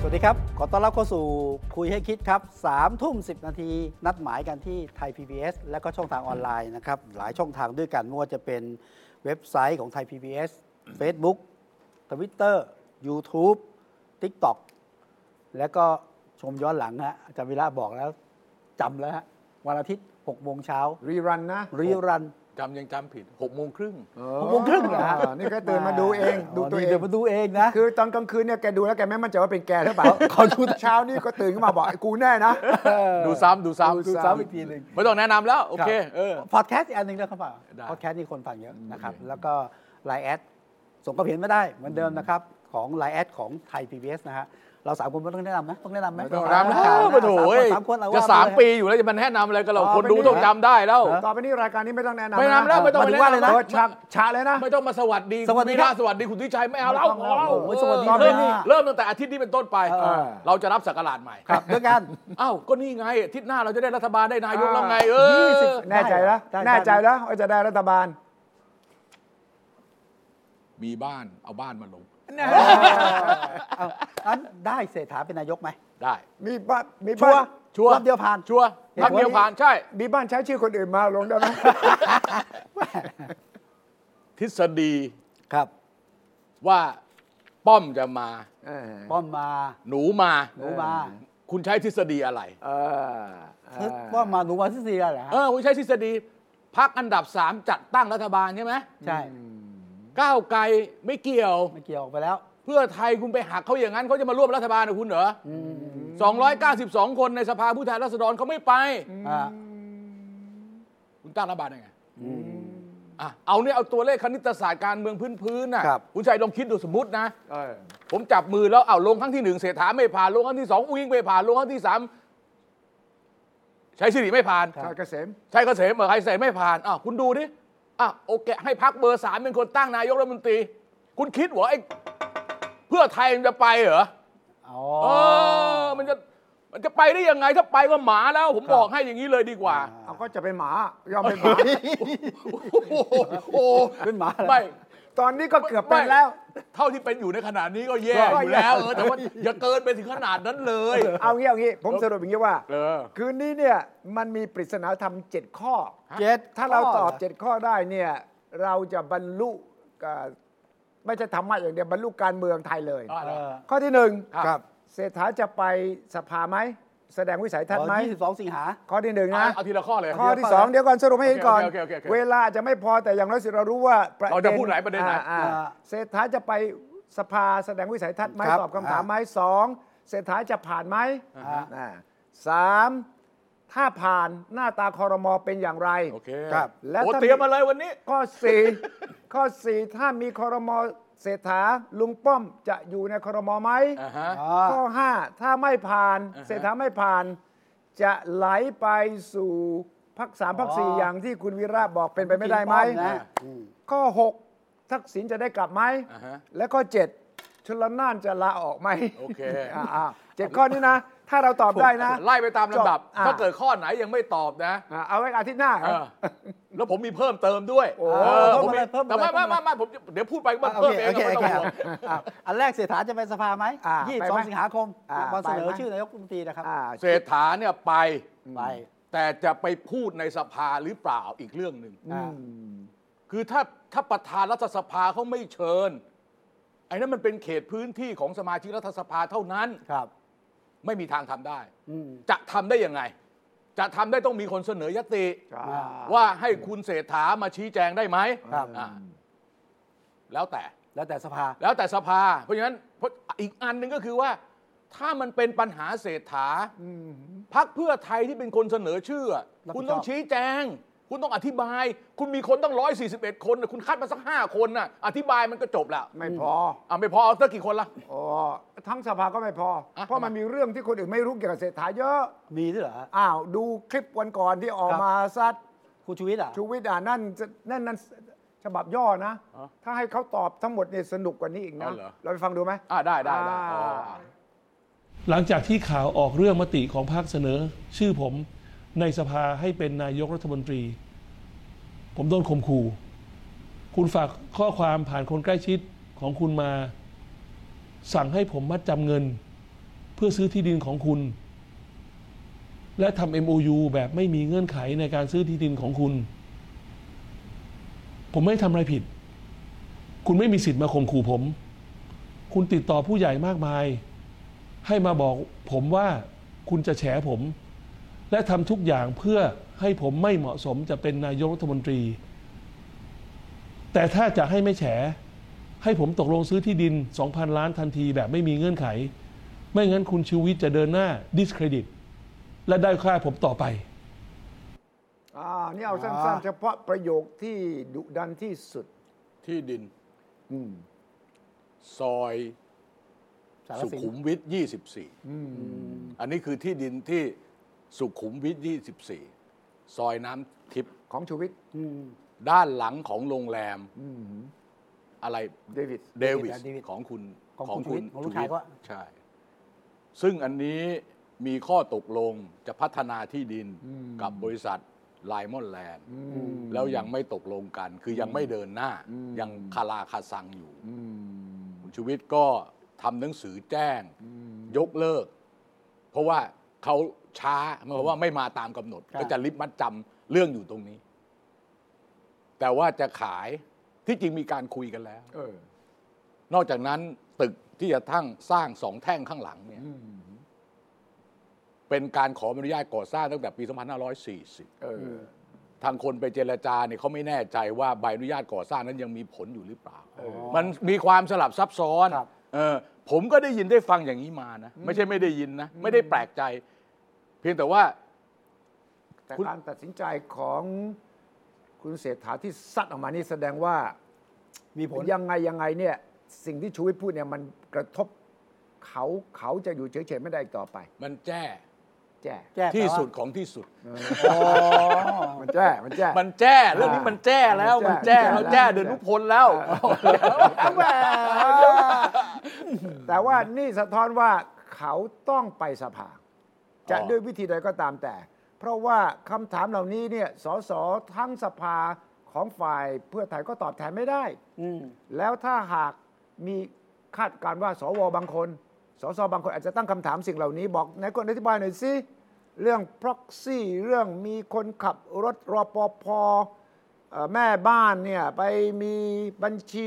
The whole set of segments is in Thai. สวัสดีครับ ขอต้อนรับเข้าสู่คุยให้คิดครับ3ทุ่ม 10 นาที นัดหมายกันที่ไทย PBS และก็ช่องทางออนไลน์นะครับ หลายช่องทางด้วยกัน ไม่ว่าจะเป็นเว็บไซต์ของไทย PBS Facebook Twitter YouTube TikTok แล้วก็ชมย้อนหลังฮะอาจารย์วิระบอกแล้วจำแล้วฮะวันอาทิตย์6โมงเช้า รีรันนะ รีรัน จำยังจำผิดหกโมงครึ่ง หกโมงครึ่งเหรอฮะ นี่แกตื่นมาดูเอง ดูตัวเอง ตื่นมาดูเองนะ คือตอนกลางคืนเนี่ยแกดูแล้วแกไม่มั่นใจว่าเป็นแกหรือเปล่าเขาดูเช้านี่ก็ตื่นขึ้นมาบอกไอ้กูแน่นะ ดูซ้ำดูซ้ำ ดูซ้ำอีกทีหนึ่ง ไม่ต้องแนะนำแล้ว โอเคเออ พอดแคสต์อีกอันหนึ่งนะครับป่า ได้ พอดแคสต์นี่คนฟังเยอะนะครับ โอเค แล้วก็ไลน์แอดส่งความเห็นไม่ได้เหมือนเดิมนะครับ ของไลน์แอดของไทย PBS นะฮะ เราสามคนไม่ต้องแนะนำไหมต้องแนะนำไหม ไม่ต้อง รามแล้ว ข่าวนะ ปะโถ สามคนสาเอ้ยมคนเอว่ จะสาม เลย ปีอยู่แล้วจะมาแนะนำอะไรก็เรา อ๋อ คนดู ไม่ได้ ต้องจำได้แล้ว ต่อไปนี้รายการนี้ไม่ต้องแนะนำ ไม่แนะนำแล้วไม่ต้อง หมายถึงว่าอะไรนะ เออฉากฉากเลยนะ ไม่ต้องมาสวัสดี สวัสดีครับ สวัสดีคุณทิชัยไม่เอาแล้ว ไม่ต้องแล้ว พอแล้ว โอ้โห เออ สวัสดี เริ่ม ครับ เริ่มตั้งแต่อาทิตย์นี้เป็นต้นไป เออ เราจะรับสักการะใหม่ ครับด้วยกัน อ้าวก็นี่ไงอาทิตย์หน้าเราจะได้รัฐบาลได้นายก อ่า แล้วไงเออ 20 แน่ใจแล้ว ได้ได้ แน่ใจแล้วว่าจะได้รัฐบาล มีบ้านเอาบ้านมาลง เอาอันได้เศรษฐาเป็นนายกไหม ได้ มีบ้านมี ชั บ้า วน ชัวร์ รอบเดียวผ่าน ชัวร์ เห็นผล พักเดียวผ่านใช่ มีบ้านใช้ชื่อคนอื่นมาลงได้ไหม ทฤษฎี ครับ ว่าป้อมจะมา ป้อมมา หนูมา หนูมา คุณใช้ทฤษฎีอะไร เออเออ ป้อมมาหนูมาที่สี่แล้วเหรอฮะ เออ คุณใช้ทฤษฎีพักอันดับ 3 จัดตั้งรัฐบาลใช่ไหม ใช่ ก้าวไกลไม่เกี่ยว ไม่เกี่ยวออกไปแล้ว เพื่อไทยคุณไปหักเขาอย่างนั้นเขาจะมาร่วมรัฐบาลกับคุณเหรอ อืม 292 คนในสภาผู้แทนราษฎรเขาไม่ไป อ่า คุณตั้งรัฐบาลยังไง อืม อ่ะเอาเนี่ยเอาตัวเลขคณิตศาสตร์การเมืองพื้นๆน่ะ ครับ คุณชัยลองคิดดูสมมตินะ เออ ผมจับมือแล้วเอาลงครั้งที่หนึ่งเศรษฐาไม่ผ่านลงครั้งที่สองอุ้งอิงไม่ผ่านลงครั้งที่สามใช้สิริไม่ผ่าน ชาติเกษม ชัยเกษมเออชัยเกษมไม่ผ่านอ้าวคุณดูดิอ้าวโอเค ให้พักเบอร์สามเป็นคนตั้งนายกรัฐมนตรี คุณคิดเหรอไอ้เพื่อไทยมันจะไปเหรอ อ๋อ เออมันจะมันจะไปได้ยังไงถ้าไปก็หมาแล้ว ผม ครับ บอกให้อย่างนี้เลยดีกว่า เอาก็จะเป็นหมายอมเป็นหมา โอ้โหโอ้โห เป็นหมาเหรอ ไม่ ตอนนี้ก็เกือบเป็นแล้ว เท่าที่เป็นอยู่ในขนาดนี้ก็แย่ ก็ อยู่ แย่ แล้วเออแต่ว่าอย่าเกินไปถึงขนาดนั้นเลย เอางี้เอางี้ผมสรุปอย่างนี้ว่า เออ คืนนี้เนี่ยมันมีปริศนาธรรมเจ็ดข้อ เจ็ด ถ้าเราตอบ ข้ห เจ็ดข้อได้เนี่ยเราจะบรรลุเอ่อไม่ใช่ธรรมะอย่างเดียวบรรลุการเมืองไทยเลย เออ ข้อที่หนึ่ง ครับ เศรษฐาจะไปสภาไหม แสดงวิสัยทัศน์ไหม 22 สิงหา ข้อที่หนึ่ง เอา นะ เอาทีละข้อเลย ข้อที่สองเดี๋ยวก่อนสรุปให้เห็นก่อน โอเคโอเคโอเค เวลาอาจจะไม่พอแต่อย่างน้อยสุดเรารู้ว่าประเด็น เราจะพูดหลายประเด็นหน่อย อ่าอ่าเศรษฐาจะไปสภาแสดงวิสัยทัศน์ไหม ครับ ตอบคำถาม อ่า ไหมสองเศรษฐาจะผ่านไหม อ่าฮะ อ่าสามถ้าผ่านหน้าตาคอรมอเป็นอย่างไร โอเค ครับและ โอ้เตรียมมาเลยวันนี้ ข้อสี่ ข้อสี่ถ้ามีคอรมอเศรษฐาลุงป้อมจะอยู่ในคอรมอไหม อ่าฮะ ข้อห้าถ้าไม่ผ่าน อ่าฮะ เศรษฐาไม่ผ่าน จะไหลไปสู่พักสามพักสี่ อ๋ออ อย่างที่คุณวีระบอกเป็นไปไม่ได้ไหม คุณป้อมนะอืม ข้อหกทักษิณจะได้กลับไหม อ่าฮะ และข้อเจ็ดชลนานจะลาออกไหม โอเค อ่าอ่าเจ็ดข้อนี้นะ ถ้าเราตอบได้นะ ไล่ไปตามลำดับ จบอ่ะ ถ้าเกิดข้อไหนยังไม่ตอบนะ อ่าเอาไว้อาทิตย์หน้า เออแล้วผมมีเพิ่มเติมด้วย โอ้ เออ เพิ่ ผอะม มไร มี เพิ่มอะไร แต่ไม่ เพิ่มไม่อะไร ไม่ไม่ผมเดี๋ยวพูดไปมัน อ่ะโอ เพิ่ม เคโอเองเค ไม่ โอ ต้เคองห่วง อ่ะอันแรกเศรษฐาจะไปสภาไหม อ่ะ ยี่ ไป ส ไหม สิงหาคม อ่ะ วันเสนอ ไปไหม ชื่อนายกรัฐมนตรีนะครับ อ่า เศรษฐาเนี่ยไป ไป แต่จะไปพูดในสภาหรือเปล่าอีกเรื่องหนึ่ง อ่า คือถ้าถ้าประธานรัฐสภาเขาไม่เชิญ ไอ้นั้นมันเป็นเขตพื้นที่ของสมาชิกรัฐสภาเท่านั้น ครับ ไม่มีทางทำได้ อืม จะทำได้ยังไง จะทำได้ต้องมีคนเสนอยติ อ่า ว่าให้คุณเศรษฐามาชี้แจงได้ไหม ครับ อ่าแล้วแต่ แล้วแต่สภา แล้วแต่สภา เพราะฉะนั้นเพราะอีกอันหนึ่งก็คือว่า ถ้ามันเป็นปัญหาเศรษฐาพักเพื่อไทยที่เป็นคนเสนอชื่ออะ รับผิดชอบ คุณต้องชี้แจง คุณต้องอธิบาย คุณมีคนตั้งร้อยสี่สิบเอ็ดคนน่ะคุณคัดมาสักห้าคนน่ะอธิบายมันก็จบละ ไม่พอ อ่ะไม่พอเอาสักกี่คนละ อ๋อทั้งสภาก็ไม่พอ อ่ะ เพราะมันมีเรื่องที่คนอื่นไม่รู้เกี่ยวกับเศรษฐาเยอะ มีด้วยเหรอฮะ อ้าว ดูคลิปวันก่อนที่ออก ครับ มาซัด คุณชูวิทย์อ่ะ ชูวิทย์อ่านนั่นจะนั่นนั่นฉบับย่อนะ อ๋อ ถ้าให้เขาตอบทั้งหมดเนี่ยสนุกกว่านี้อีกนะ อ๋อเหรอ เราไปฟังดูไหม อ่าได้ได้ได้อ๋อ อ่า หลังจากที่ข่าวออกเรื่องมติของพรรคเสนอ ชื่อผมในสภาให้เป็นนายกรัฐมนตรี ผมโดนข่มขู่ คุณฝากข้อความผ่านคนใกล้ชิดของคุณมา สั่งให้ผมมัดจำเงิน เพื่อซื้อที่ดินของคุณ และทำ MOU แบบไม่มีเงื่อนไขในการซื้อที่ดินของคุณ ผมไม่ทำอะไรผิด คุณไม่มีสิทธิ์มาข่มขู่ผม คุณติดต่อผู้ใหญ่มากมาย ให้มาบอกผมว่าคุณจะแฉผม และทำทุกอย่างเพื่อให้ผมไม่เหมาะสมจะเป็นนายกรัฐมนตรี แต่ถ้าจะให้ไม่แฉ ให้ผมตกลงซื้อที่ดิน 2,000 ล้านทันทีแบบไม่มีเงื่อนไข ไม่งั้นคุณชูวิทย์จะเดินหน้าดิสเครดิต และได้อยค่าผมต่อไป อ่า นี่เอา อ๋ สั้น อ ๆ เฉพาะประโยคที่ดุดันที่สุด ที่ดิน อืม ซอย สาร สุ สิน ขุมวิท 24 อันนี้คือที่ดินที่สุขุมวิท 24 ซอยน้ำทิพย์ ของชูวิทย์ อืม ด้านหลังของโรงแรม อืม อะไร เดวิด เดวิส Davis ของคุณ ของคุณชูวิทย์ของลูกชาย ชูวิท เขา ใช่ ซึ่งอันนี้มีข้อตกลงจะพัฒนาที่ดิน อืม กับบริษัทไลมอนแลนด์ อืม แล้วยังไม่ตกลงกัน คือยังไม่เดินหน้า อืม ยังคาราคาซังอยู่ อืม คุณชูวิทย์ก็ทำหนังสือแจ้ง อืม ยกเลิก เพราะว่าเขาช้าหมายความว่าไม่มาตามกำหนด ครับ ก็จะริบมัดจำเรื่องอยู่ตรงนี้ แต่ว่าจะขายที่จริงมีการคุยกันแล้ว เออน อกจากนั้นตึกที่จะทั้งสร้างสองแท่งข้างหลังเนี่ย อืม เป็นการขออนุญาตก่อสร้างตั้งแต่ปี เอออ 2540 ทางคนไปเจรจาเนี่ยเขาไม่แน่ใจว่าใบอนุญาตก่อสร้างนั้นยังมีผลอยู่หรือเปล่า เออ มันมีความสลับซับซ้อน ครับ เออผมก็ได้ยินได้ฟังอย่างนี้มานะ ไม่ใช่ไม่ได้ยินนะ ไม่ได้แปลกใจ เพียงแต่ว่า แต่ คุณ การตัดสินใจของคุณเศรษฐาที่ซัดออกมานี่แสดงว่า มีผล ยังไงยังไงเนี่ย สิ่งที่ชูวิทย์พูดเนี่ยมันกระทบเขาเขาจะอยู่เฉยๆไม่ได้อีกต่อไป มันแจ้ แจ้ แก้ ที่สุดของที่สุด แปลว่าอ๋อ มันแจ้มันแจ้ มันแจ้เรื่องนี้มันแจ้แล้ว มั มัน น แจ้ แจ้ มั เรา นแจ้ แจ้เดินนุพลแล้ว เอ แต่ว่านี่สะท้อนว่าเขาต้องไปสภา จะ อ๋อ ด้วยวิธีใดก็ตามแต่ เพราะว่าคำถามเหล่านี้เนี่ยสสทั้งสภาของฝ่ายเพื่อไทยก็ตอบแทนไม่ได้ อืม แล้วถ้าหากมีคาดการณ์ว่าสวบางคน สสบางคนอาจจะตั้งคำถามสิ่งเหล่านี้ บอกไหนายกนอธิบายหน่อยสิเรื่อง proxy เรื่องมีคนขับรถรอปภเอ่อแม่บ้านเนี่ยไปมีบัญชี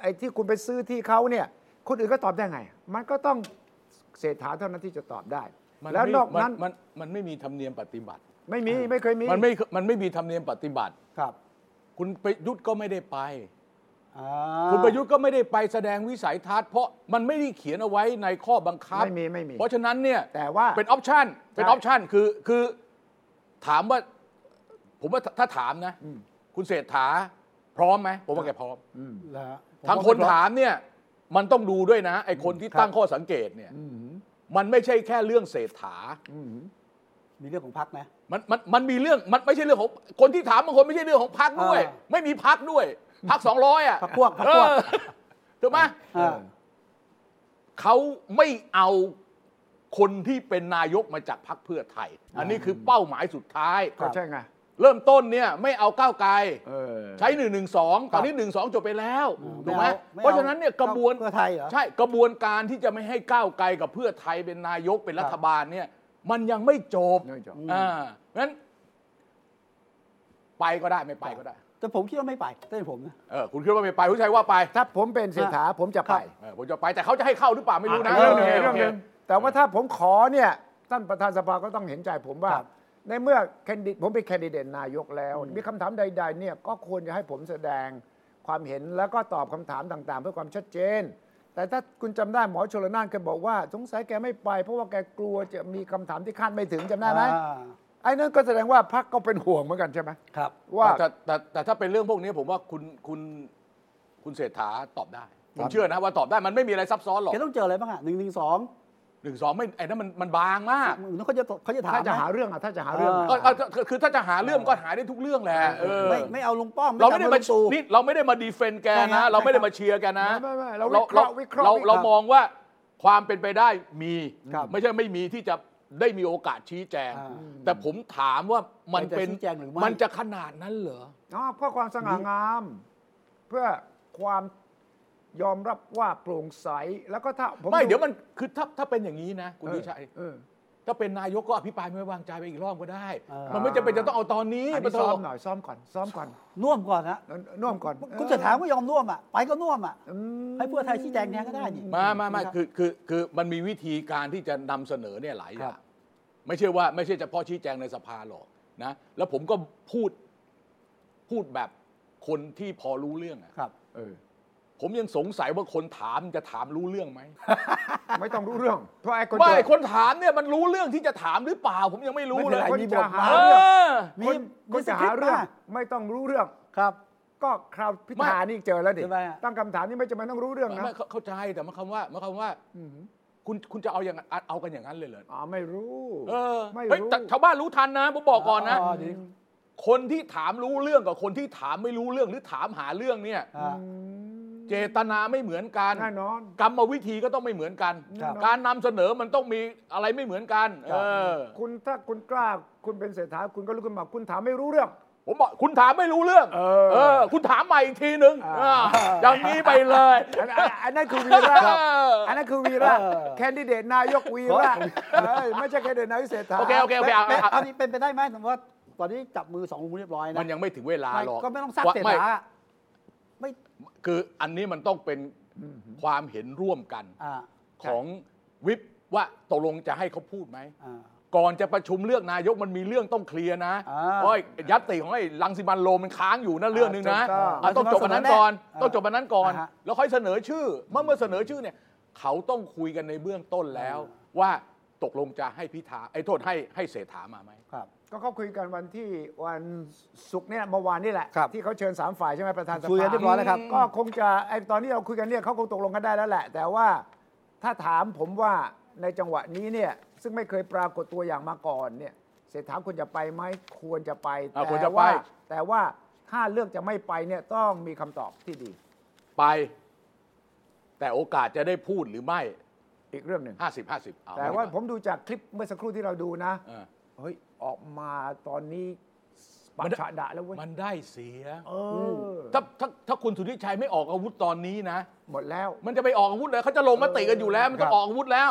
ไอ้ที่คุณไปซื้อที่เขาเนี่ยคนอื่นก็ตอบได้ไง มันก็ต้องเศรษฐาเท่านั้นที่จะตอบได้ แล้วนอกนั้น มันมันไม่มีธรรมเนียมปฏิบัติ ไม่มีไม่เคยมี มันไม่มันไม่มีธรรมเนียมปฏิบัติ ครับ คุณประยุทธ์ก็ไม่ได้ไป อ่า คุณประยุทธ์ก็ไม่ได้ไปแสดงวิสัยทัศน์เพราะมันไม่ได้เขียนเอาไว้ในข้อบังคับ ไม่มีไม่มี เพราะฉะนั้นเนี่ย แต่ว่า เป็นออปชันเป็นออปชันคือคือถามว่า ผมว่าถ้าถ้าถามนะ อืม คุณเศรษฐาพร้อมไหมผมว่าแกพร้อม อืม เหรอฮะผม ทางคน ว่ ถามเนี่ย มันต้องดูด้วยนะไอ้คนที่ ครับ ตั้งข้อสังเกตเนี่ย อืม มันไม่ใช่แค่เรื่องเศรษฐา อืม มีเรื่องของพักนะ มันมันมันมีเรื่องมันไม่ใช่เรื่องของคนที่ถามบางคนไม่ใช่เรื่องของพักด้วย อ่า ไม่มีพักด้วย พักสองร้อยอ่ะ พรรคพวกพรรคพวก เออถูกไหม เออ เขาไม่เอาคนที่เป็นนายกมาจากพรรคเพื่อไทย อันนี้คือเป้าหมายสุดท้าย ครั ก็ บ ใช่ไง เริ่มต้นเนี่ยไม่เอาก้าวไกล เออ ใช้หนึ่งหนึ่งสองตอนนี้หนึ่งสองจบไปแล้ว อืม ถูกไหม ไม่เอาไม่เอา เพราะฉะนั้นเนี่ยกระบวน เพื่อไทยเหรอ ใช่กระบวนการที่จะไม่ให้ก้าวไกลกับเพื่อไทยเป็นนายกเป็นรั ครั ฐ บ บาลเนี่ยมันยังไม่จบ ยังไม่จบ อ่าเพราะฉะนั้น ไปก็ได้ไม่ไปก็ได้ แต่ผมคิดว่าไม่ไปเต้นผมนะ เออคุณคิดว่าไม่ไปคุณชัยว่าไป ถ้าผมเป็นเศรษฐาผมจะไป เออผมจะไปแต่เขาจะให้เข้าหรือเปล่าไม่รู้นะ เรื่องหนึ่ง โค เรื่องหนึ่ง โค แต่ว่าถ้าผมขอเนี่ยท่านประธานสภาก็ต้องเห็นใจผมว่า ครับ ในเมื่อแคนดิดผมเป็นแคนดิเดตนายกแล้ว มีคำถามใด ๆ เนี่ยก็ควรจะให้ผมแสดงความเห็นแล้วก็ตอบคำถามต่าง ๆ เพื่อความชัดเจน แต่ถ้าคุณจำได้หมอชลนานเคยบอกว่า สงสัยแกไม่ไป เพราะว่าแกกลัวจะมีคำถามที่คาดไม่ถึงจำได้ไหม อ่า ไอ้นั่นก็แสดงว่าพรรคก็เป็นห่วงเหมือนกันใช่ไหม ครับ ว่า แต่แตแต่แต่ถ้าเป็นเรื่องพวกนี้ผมว่าคุณคุณคุณเศรษฐาตอบได้ ผมเชื่อนะว่าตอบได้มันไม่มีอะไรซับซ้อนหรอก แกต้องเจออะไรบ้างอ่ะหนึ่งหนึ่งสอง หนึ่งสองไม่ไอ้นั่นมันมันบางมาก เขาจะเขาจะถาม ถ้าจะ ไหม หาเรื่องอ่ะถ้าจะหาเรื่อง เอ ก็ก็ก็คือถ้าจะหาเรื่องก็หาได้ทุกเรื่องแหละเออ ไม่ไม่เอาลุงป้อม เราไม่ได้ จับ มา ลุงตู่ นี่เราไม่ได้มาดีเฟนต์แก ใช่ นะ ครับ เราไม่ได้ ใช่ครับ มาเชียร์แกนะ ไม่ไม่ไม่เราวิเคราะห์วิเคราะห์ เรา วิเคราะห์ เรามองว่าความเป็นไปได้มี ครับ ไม่ใช่ไม่มีที่จะได้มีโอกาสชี้แจง อ่า แต่ผมถามว่ามัน แต่จะ เป็น ชี้แจงหรือไม่ มันจะขนาดนั้นเหรอ อ๋อเพื่อความสง่างาม เพื่อความยอมรับว่าโปร่งใสแล้วก็ถ้า ไม่เดี๋ยวมันคือถ้าถ้าเป็นอย่างนี้นะ คุณ เออ ดิชัย เออ ถ้าเป็นนายกก็อภิปรายไม่ไว้วางใจไปอีกรอบก็ได้ เออ มันไม่จำเป็นจะต้องเอาตอนนี้ อัน มา นี้ ต ซ้อ อ มหน่อยซ้อมก่อน ซ้อมก่อน น่วมก่อนนะ น่วมก่อน คุณจะถามก็ยอมน่วมอ่ะไปก็น่วมอ่ะ อืม ให้เพื่อไทยชี้แจงแทนก็ได้นี่ มามามาคือคือคือมันมีวิธีการที่จะนำเสนอเนี่ยหลายอ ครั ย่าง บ ไม่ใช่ว่าไม่ใช่เฉพาะชี้แจงในสภาหรอกนะ แล้วผมก็พูดพูดแบบคนที่พอรู้เรื่องอะ ครับ เออ ผมยังสงสัยว่าคนถามจะถามรู้เรื่องไหม ไม่ต้องรู้เรื่อง เพราะไอ้คน ว่าไอ้ จะ คนถามเนี่ยมันรู้เรื่องที่จะถามหรือเปล่า ผมยังไม่รู้ ไม่ เล เป็นไรยคน มีบ จะ ท หา บา เอ ทเนี่ย อ มี คนคนจะมีหาสคปต์ เรื่อง ม ไม่ต้องรู้เรื่อง ครับ ก็คราวพิธานี่เจอแล้วดิ ใช่ไหมฮะ ตั้งคำถามนี่ไม่จำเป็นต้องรู้เรื่องนะ ไม่เข้าเข้าใจแต่หมายความว่าหมายความว่า อืม คุณคุณจะเอาอย่างนั้นเอากันอย่างนั้นเลยเหรอ อ๋อไม่รู้ เออ ไม่ เฮ้ย รู้ แต่ชาวบ้านรู้ทันนะผมบอกก่อนนะ เดี๋ยว คนที่ถามรู้เรื่องกับคนที่ถามไม่รู้เรื่องหรือถามหาเรื่องเนี่ย อ่า อืม เจตนาไม่เหมือนกัน แน่นอน กรรมวิธีก็ต้องไม่เหมือนกัน ครับ การนำเสนอมันต้องมีอะไรไม่เหมือนกัน เออ คุณถ้าคุณกล้าคุณเป็นเศรษฐาคุณก็ลุกขึ้นมาคุณถามไม่รู้เรื่อง ผมบอกคุณถามไม่รู้เรื่อง เออ คุณถามใหม่อีกทีนึง อ่า อ่าอย่างนี้ไปเลย อันอันอันนั้นคือวีระ เออ อันนั้นคือวีระ เออ แคนดิเดตนายกวีระเอ้ยไม่ใช่แคนดิเดตนายกเศรษฐา โอเคโอเคโอเคเอา เป็น เอา เอานี่เป็นไปได้ไหมสมมติว่าตอนนี้จับมือสองลุงเรียบร้อยนะ มันยังไม่ถึงเวลาหรอก ก็ไม่ต้องซักเสร็จ ไม่ ละไม่ คืออันนี้มันต้องเป็นความเห็นร่วมกัน อ่า ของวิปว่าตกลงจะให้เขาพูดไหม อ่า ก่อนจะประชุมเลือกนายกมันมีเรื่องต้องเคลียร์นะ อ่า เพราะไอ้ยัตติของไอ้ลังสิมันโลมันค้างอยู่นะเรื่องหนึ่งนะ ถูกต้อง อ่ะต้องจบอันนั้นก่อน อ่า ต้องจบอันนั้นก่อน อ่าฮะ แล้วค่อยเสนอชื่อ เมื่อเมื่อเสนอชื่อเนี่ย เขาต้องคุยกันในเบื้องต้นแล้ว ว่าตกลงจะให้พิธาไอ้โทษให้ให้เศรษฐามาไหม ครับ ก็เขาคุยกันวันที่วันศุกร์เนี่ยเมื่อวานนี่แหละ ครับ ที่เขาเชิญสามฝ่ายใช่ไหมประธานสภา คุยกันเรียบร้อยแล้วครับ ก็คงจะไอตอนที่เราคุยกันเนี่ยเขาคงตกลงกันได้แล้วแหละ แต่ว่าถ้าถามผมว่าในจังหวะนี้เนี่ยซึ่งไม่เคยปรากฏตัวอย่างมาก่อนเนี่ยเศรษฐาควรจะไปไหมควรจะไป อ่ะควร แต่ จะไป ว่าแต่ว่าถ้าเลือกจะไม่ไปเนี่ยต้องมีคำตอบที่ดี ไป แต่โอกาสจะได้พูดหรือไม่ อีกเรื่องหนึ่ง 50 50เอา แต่ว่า ไดีก ผมดูจากคลิปเมื่อสักครู่ที่เราดูนะ เออ เฮ้ย ออกมาตอนนี้ปะ มัน ชะดะแล้วเว้ย มันได้เสีย เออ ถ้าถ้าถ้าคุณสุทธิชัยไม่ออกอาวุธตอนนี้นะ หมดแล้ว มันจะไปออกอาวุธเลยเขาจะลงมติกันอยู่แล้วมันต้องออกอาวุธแล้ว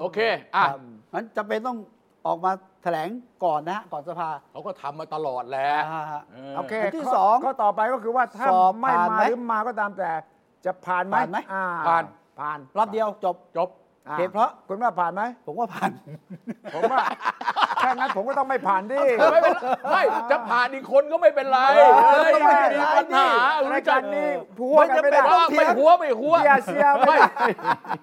โอเคอ่ะ ครับงั้นจำเป็นต้องออกมาแถลงก่อนนะฮะก่อนสภา เขาก็ทำมาตลอดแหละ อ่าฮะ เออ โอเค อันที่ ข้ สอง ข้อต่อไปก็คือว่าถ้า สอบ ไม่ ผ่าน มา ไหม หรือมาก็ตามแต่จะผ่านไหม ผ่านไหม อ่ ผ่าน ผ่าน รอบเดียวจบ จบ อ่ เหตุเพราะ คุณว่าผ่านไหม ผมว่า ผ่าน ผมว่า แค่นั้นผมก็ต้องไม่ผ่านดิ ไม่เป็นไรไม่จะผ่านอีกคนก็ไม่เป็นไรเฮ้ย ก็ไม่ ไม่ เป็น มี ไร ปัญหา ดิ รู้ ราย จั กาก รนี้พูดกันไม่ได้ ไม่จำเป็นต้ ว่า อง ไม่หัวไม่หัว เสียเสียไม่ ไม่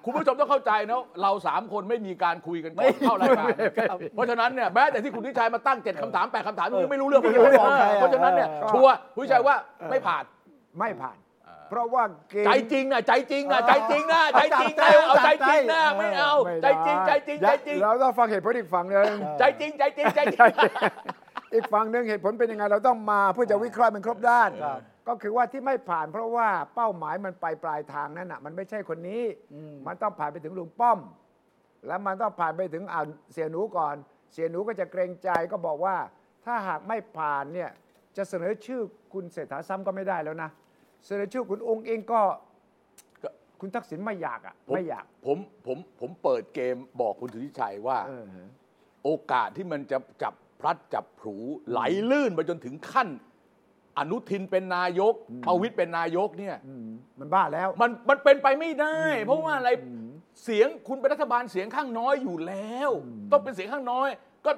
คุณผู้ชมต้องเข้าใจนะเราสามคนไม่มีการคุยกันก่อนเข้ารายการเพราะฉะนั้นเนี่ยแม้แต่ที่คุณทิชัยมาตั้งเจ็ดคำถามแปดคำถามยังไม่รู้เรื่อง ไม่ ไม่ รู้ รู้ เรื่ เรื่ อ องง ใครอ่ะ เพราะฉะนั้นเนี่ยชัวร์คุณทิชัยว่าไม่ผ่าน ไม่ผ่าน เพราะว่าเกม ใจจริงนะใจจริงนะใจจริงนะใจจริงนะ เอา เอา ใจ ใจ จ จ ริ ริ ง งนะไม่เอา ไม่ได้ ใจจริงใจจริงใจจริง เราต้องฟังเหตุผลอีกฝั่งหนึ่ง ใจจริงใจจริงใจจริง อีกฝั่งหนึ่งเหตุผลเป็นยังไงเราต้องมาเพื่อจะวิเคราะห์มันครบด้าน ครับ ก็คือว่าที่ไม่ผ่านเพราะว่าเป้าหมายมันไปปลายทางนั่นน่ะมันไม่ใช่คนนี้ มันต้องผ่านไปถึงลุงป้อม แล้วมันต้องผ่านไปถึงอ่าเสียหนูก่อน เสียหนูก็จะเกรงใจก็บอกว่า ถ้าหากไม่ผ่านเนี่ยจะเสนอชื่อคุณเศรษฐาซ้ำก็ไม่ได้แล้วนะ เสนอชื่อคุณองค์เองก็ คุณทักษิณไม่อยากอ่ะไม่อยาก ผมผมผมเปิดเกมบอกคุณสุทธิชัยว่า เออฮะ โอกาสที่มันจะจับพลัดจับผลูไหลลื่นไปจนถึงขั้น อนุทินเป็นนายกประวิตยเป็นนายกเนี่ย อืมมันบ้าแล้ว มันมันเป็นไปไม่ได้ เพราะว่าอะไรเสียงคุณเป็นรัฐบาลเสียงข้างน้อยอยู่แล้ว ต้องเป็นเสียงข้างน้อย ก็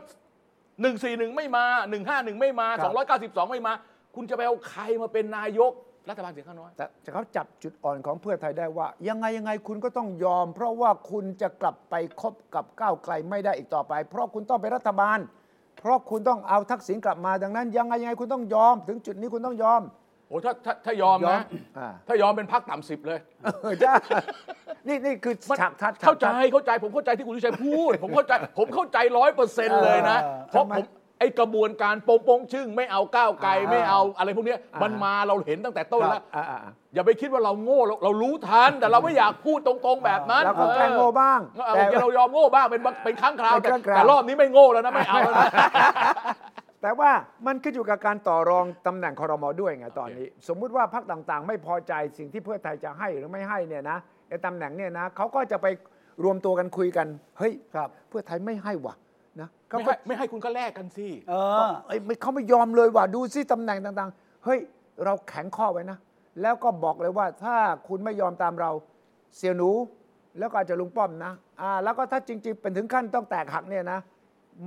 หนึ่งสี่หนึ่งไม่มาหนึ่งห้าหนึ่งไม่มาสองร้อยเก้าสิบสองไม่มา คุณจะไปเอาใครมาเป็นนายก รัฐบาลเสียงข้างน้อย แต่แต่เขาจับจุดอ่อนของเพื่อไทยได้ว่า ยังไงยังไงคุณก็ต้องยอม เพราะว่าคุณจะกลับไปคบกับก้าวไกลไม่ได้อีกต่อไป เพราะคุณต้องเป็นรัฐบาล เพ เพราะคุณต้องเอาทักษิณกลับมาดังนั้น ยังไงยังไงคุณต้องยอม ถึงจุดนี้คุณต้องยอม โอ้ถ้าถ้าถ้ายอม ยอ นะ มอ่า ถ้ายอมเป็นพักต่ำสิบเลย เออจ้านี่นี่คือฉากทัด เข้าใจ ฉกทัด เข้าใจผมเข้าใจที่คุณวิชัยพู ด ผมเข้าใจผมเข้าใจร้อยเปอร์เซ็นต์เลยนะ เออ เพราะ ทำไม ผมไอกระบวนการโปงโปงชึ่งไม่เอาก้าวไกล อ่า ไม่เอาอะไรพวกเนี้ย อ่ามั มันมาเราเห็นตั้งแต่ต้น ค แล้ รั ว บอ่าอ่าอ่า อย่าไปคิดว่าเราโง่เราเรารู้ ทัน แต่เราไม่อยากพูดตรงๆแบบนั้น เราก็แกล้งโง่บ้าง เออ แต่ เรายอมโง่บ้างเป็นบางเป็นครั้งคราว เป็นครั้งคราว แต่รอบนี้ไม่โง่แล้วนะไม่เอาแล้วนะ แต่ว่ามันขึ้นอยู่กับการต่อรองตำแหน่งคอรมอด้วยไงตอนนี้ สมมุติว่าพรรคต่างๆ ไม่พอใจสิ่งที่เพื่อไทยจะให้หรือไม่ให้เนี่ยนะในตำแหน่งเนี่ยนะเขาก็จะไปรวมตัวกันคุยกัน เฮ้ย ครับ เพื่อไทยไม่ให้ว่ะนะเขาก็ไม่ให้ ไม่ให้คุณก็แลกกันสิ เออ เอ้ยไม่เขาไม่ยอมเลยว่ะดูซิตำแหน่งต่างๆ เฮ้ยเราแข็งข้อไว้นะ แล้วก็บอกเลยว่าถ้าคุณไม่ยอมตามเราเสียหนูแล้วก็อาจจะลุงป้อมนะอ่าแล้วก็ถ้าจริง ๆ เป็นถึงขั้นต้องแตกหักเนี่ยนะ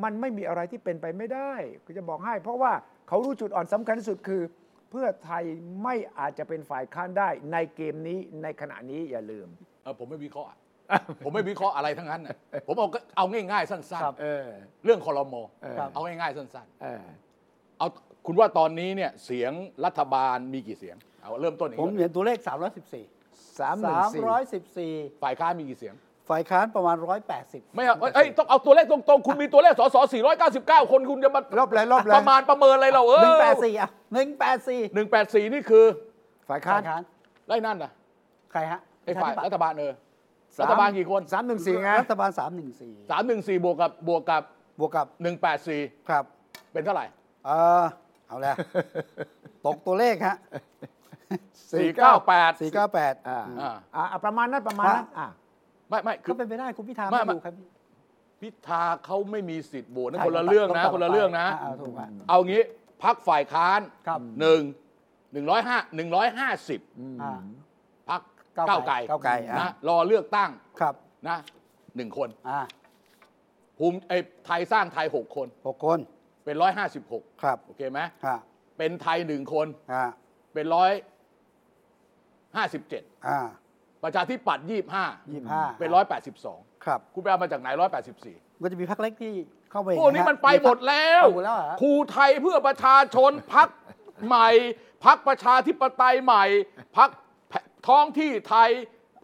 มันไม่มีอะไรที่เป็นไปไม่ได้ก็จะบอกให้ เพราะว่าเขารู้จุดอ่อนสำคัญที่สุดคือ เพื่อไทยไม่อาจจะเป็นฝ่ายค้านได้ในเกมนี้ในขณะนี้อย่าลืม เออผมไม่วิเค ราะห์อะ ผมไม่วิเคราะห์อะไรทั้งนั้นน่ะผมเอาก็เอาง่ายๆสั้น ครับ เออ ๆ เรื่องคอรมอ ครับ เอาง่ายๆสั้น เออ ๆ เอาคุณว่าตอนนี้เนี่ยเสียงรัฐบาลมีกี่เสียง เอาเริ่มต้นอย่าง ผม นี้ก่อน เห็นตัวเลข 314 สามหนึ่งสี่ 314 ฝ่ายค้านมีกี่เสียง ฝ่ายค้านประมาณ 180 ไม่เอาเอ้ยเอ้ยต้องเอาตัวเลขตรงๆ คุณมีตัวเลขสส499 คนคุณจะมาร อบเลยรอบเลย ประมาณประเมินอะไรเราเออ 184 อ่ะ 184 184 นี่คือ ฝ่ายค้า ฝ่าน ยค้าน ไล่นั่นนะ ใครฮะ ไอ้ฝ่าย ป รั ระชธิปัตย์ ฐบาลเออรัฐบาลกี่คน สามหนึ่งสี่ไง รัฐบาล 314 314 บวกกับบวกกับบ วกกับ 184 ครับ เป็นเท่าไหร่ เออเอา แล้ว ตกตัวเลขฮะ 498 498 อ่า อ่า อ่าประมาณนั้นประมาณนั้นอ่า ไม่ไม่คื ก็ อ เป็นไปได้คุณพิธา ไม่ มา ไม่ ดูครับ พิธาเขาไม่มีสิทธิ์โหวตนะ ใช่ คนละเรื่องนะ ต้ คนละเรื่องนะ าาถูกอ่ะ เอางี้พักฝ่ายค้าน ครับ หนึ่งหนึ่งร้อยห้าหนึ่งร้อยห้าสิบ อ่า พัก ก้าว ก้าวไกล ก้าวไกลอ่ะ นะรอเลือกตั้ง ครับ นะหนึ่งคน อ่า ภูมิไอ้ไทยสร้างไทยหกคน หกคน เป็นร้อยห้าสิบหก ครับ โอเคไหม ฮะ เป็นไทยหนึ่งคน ฮะ เป็นร้อยห้าสิบเจ็ด อ่า ประชาธิปัตย์ยี่ห้า ยี่ห้า เป็นร้อยแปดสิบสอง ครับ คุณไปเอามาจากไหนร้อยแปดสิบสี่ ก็จะมีพักเล็กที่เข้าไป พวกนี้มันไปหมดแล้ว เอาหมดแล้วเหรอ ครูไทยเพื่อประชาชนพักใหม่พักประชาธิปไตยใหม่พักท้องที่ไทย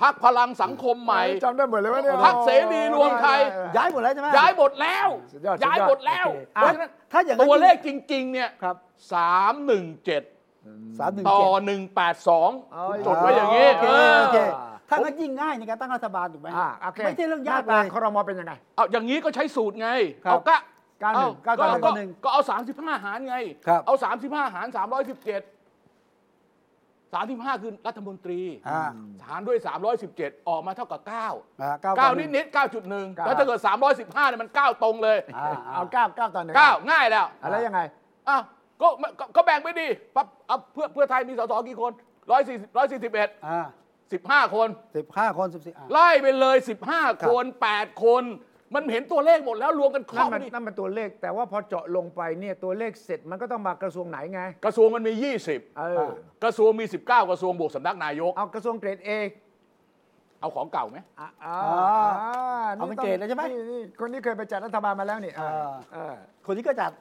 พักพลังสังคมใหม่ จำได้หมดเลยว่าเนี่ย พรรคเสรีรวมไทย ย้ายหมดแล้วใช่ไหม ย้ายหมดแล้ว สุดยอด ย้ายหมดแล้ว สุดยอด เพราะฉะนั้น ถ้าอย่างนั้น ตัวเลขจริง ๆ เนี่ย ครับ สามหนึ่งเจ็ด สามหนึ่ง ต่อ เจ็ด หนึ่งแปดสอง เอาอีก จดไว้อย่างนี้ โอเค เออ โอเคถ้างั้นยิ่งง่ายในการตั้งรัฐบาลถูกไหม อ่าโอเค ไม่ใช่เรื่องยาก ห เล น้ ย ตคอรมอเป็นยังไง เอาอย่างนี้ก็ใช้สูตรไง ครับ เอาก็ เก้าหนึ่ง เอ เก้าต่อหนึ่ง ก็ หนึ่ง ก็เอาสามสิบห้าหารไง ครับ เอาสามสิบห้าหารสามร้อยสิบเจ็ดสามสิบห้าคือรัฐมนตรี อ่า หารด้วยสามร้อยสิบเจ็ดออกมาเท่ากับเก้า อ่ เก้า ต่อห นิ ง ดนิดเก้าจุดหนึ่ง เก้า แล้วถ้าเกิดสามร้อยสิบห้าเนี่ยมันเก้าตรงเลย อ่า เอาเก้าเก้าต่อหนึ่ง เก้าง่ายแล้ว อะไรยังไง อ้าวก็ก็ก็แบ่งไปดิปั๊บเอาเพื่อเพื่อไทยมีสสกี่คนร้อยสี่ร้อยสี่สิบเอ็ด อ่า สิบห้าคน สิบห้าคนสิบสี่อ่า ไล่ไปเลย ครั 15 บ คน 8 คน มันเห็นตัวเลขหมดแล้วรวมกันคร นั่ อน บ มัน นี่ นั่นมันตัวเลขแต่ว่าพอเจาะลงไปเนี่ยตัวเลขเสร็จมันก็ต้องมากระทรวงไหนไง กระทรวงมันมี เออ 20 กระทรวงมี 19 กระทรวงบวกสำนักนายก เอากระทรวงเกรด A เอาของเก่าไหม อ่ะอ่า อ๋ออ่ า เอาเป็นเกรดแล้วใช่ไหม นี่นี่คนนี้เคยไปจัดรัฐบาลมาแล้วนี่เออ เออ เออ คนนี้ก็จัด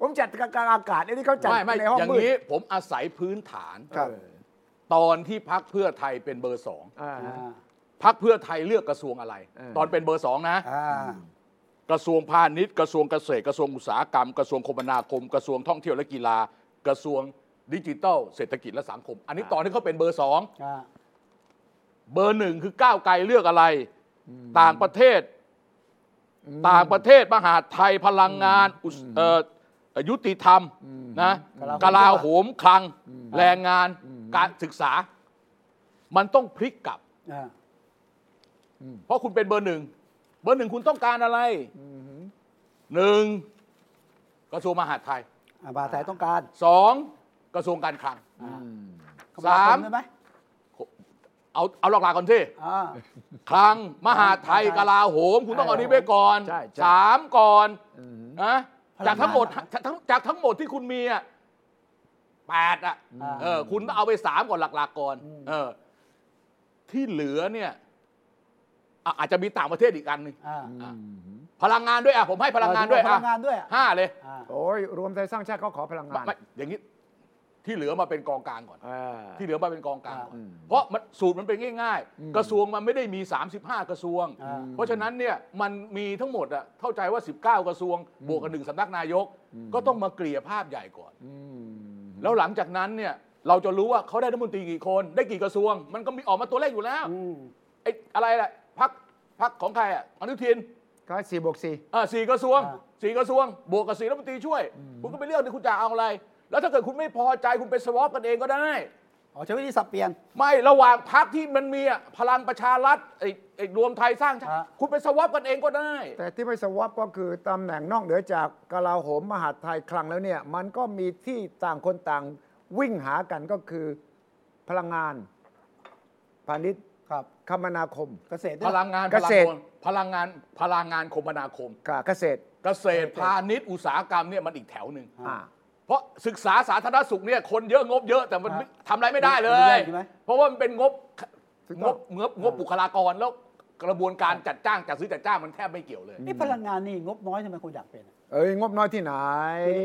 ผมจัดกลางอากาศไอ้นี่เขาจัด ไม่ไม่ ในห้อง อย่าง มืด นี้ผมอาศัยพื้นฐาน ครับ ตอนที่พักเพื่อไทยเป็นเบอร์สอง อ่า อ่า พักเพื่อไทยเลือกกระทรวงอะไร เออ ตอนเป็นเบอร์สองนะ อ่า กระทรวงพาณิชย์กระทรวงเกษตรกระทรวงอุตสาหกรรม กระทรวงคมนาคม กระทรวงท่องเที่ยวและกีฬา กระทรวงดิจิทัลเศรษฐกิจและสังคม อันนี้ตอนที่เขาเป็นเบอร์สอง อ่า เบอร์หนึ่งคือก้าวไกลเลือกอะไร ต่างประเทศ ต่างประเทศมหาดไทยพลังงานอุตสเอ่อยุติธรรมนะ ก ก ลา ลา โหม โหมคลัง แรงงานการศึกษา มันต้องพลิกกลับ อ่า เพราะคุณเป็นเบอร์หนึ่งเบอร์หนึ่งคุณต้องการอะไรหนึ่งกระทรวงมหาดไทย อ่าบาทไทยต้องการ สองกระทรวงการคลัง คมนค สาม ได้ไหม เอาเอาหลักๆก่อนที่ อ่า คลังมหาดไทยกลาโหม คุณต้องเอานี้ไปก่อน ใช่ใช่ สามก่อนนะ พลั จาก งงาน ทั้งหมด เหรอ จากทั้งจากทั้งหมดที่คุณมีอะแปดอ่ะ อ่า เออคุณเอาไปสามก่อนหลัก ๆ ก่อนเออ ที่เหลือเนี่ยอ่ะอาจจะมีต่างประเทศอีกอันหนึ่ง อ่า อ่ะพ พลังงานด้วยอ่ะผมให้พลังงานด้วย เออพ อ่ะ ลังงานด้วยอ่ะ ห้าเลย อ่า โอ้ยรวมไทยสร้างชาติเขาขอพลังงาน ไม่อย่างนี้ที่เหลือมาเป็นกองกลางก่อน อ่า ที่เหลือมาเป็นกองกลางก่อน อืม เพราะมันสูตรมันเป็นง่าย อืม ๆ กระทรวงมันไม่ได้มี 35 กระทรวง อ่า เพราะฉะนั้นเนี่ยมันมีทั้งหมดอะเข้าใจว่า 19 กระทรวง บวกกับหนึ่งสำนักนายก ก็ต้องมาเกลี่ยภาพใหญ่ก่อน อืม แล้วหลังจากนั้นเนี่ยเราจะรู้ว่าเขาได้รัฐมนตรีกี่คนได้กี่กระทรวง มันก็มีออกมาตัวเลขอยู่แล้ว อืม ไอ้อะไรล่ะพักพักของใครอ่ะอนุทิน ก็สี่บวกสี่ อ่าสี่กระทรวง อ่า สี่กระทรวง บวกกับสี่รัฐมนตรีช่วย คุณก็ไปเลือกดิคุณจะเอาอะไร แล้วถ้าเกิดคุณไม่พอใจคุณไปสวอปกันเองก็ได้ อ๋อใช้วิธีสับเปลี่ยน ไม่ระหว่างพักที่มันมีอ่ะพลังประชารัฐไอ้ไอ้รวมไทยสร้างชาติ ฮะ คุณไปสวอปกันเองก็ได้ แต่ที่ไม่สวอปก็คือตำแหน่งนอกเหนือจากกลาโหมมหาดไทยคลังแล้วเนี่ย มันก็มีที่ต่างคนต่างวิ่งหากันก็คือพลังงานพาณิชย์ ครับ คมนาคม เกษตรด้ พ วย ลังงาน เกษตร พลังงานพลังงานคมนาคม กับเกษตร เกษตรพาณิชย์อุตสาหกรรมเนี่ยมันอีกแถวหนึ่ง อ่า เพราะศึกษาสาธารณสุขเนี่ยคนเยอะงบเยอะแต่มัน ฮะ ไม่ทำอะไรไม่ได้เล ไม่ได้ ย ใช่ไหม เพราะว่ามันเป็นงบ ถูกต้อง งบงบงบบุคลากรแล้วกระบวนการจัดจ้างจัดซื้อจัดจ้างมันแทบไม่เกี่ยวเลย นี่พลังงานนี่งบน้อยทำไมคนอยากเป็นอ่ะ เอ้ย งบน้อยที่ไหน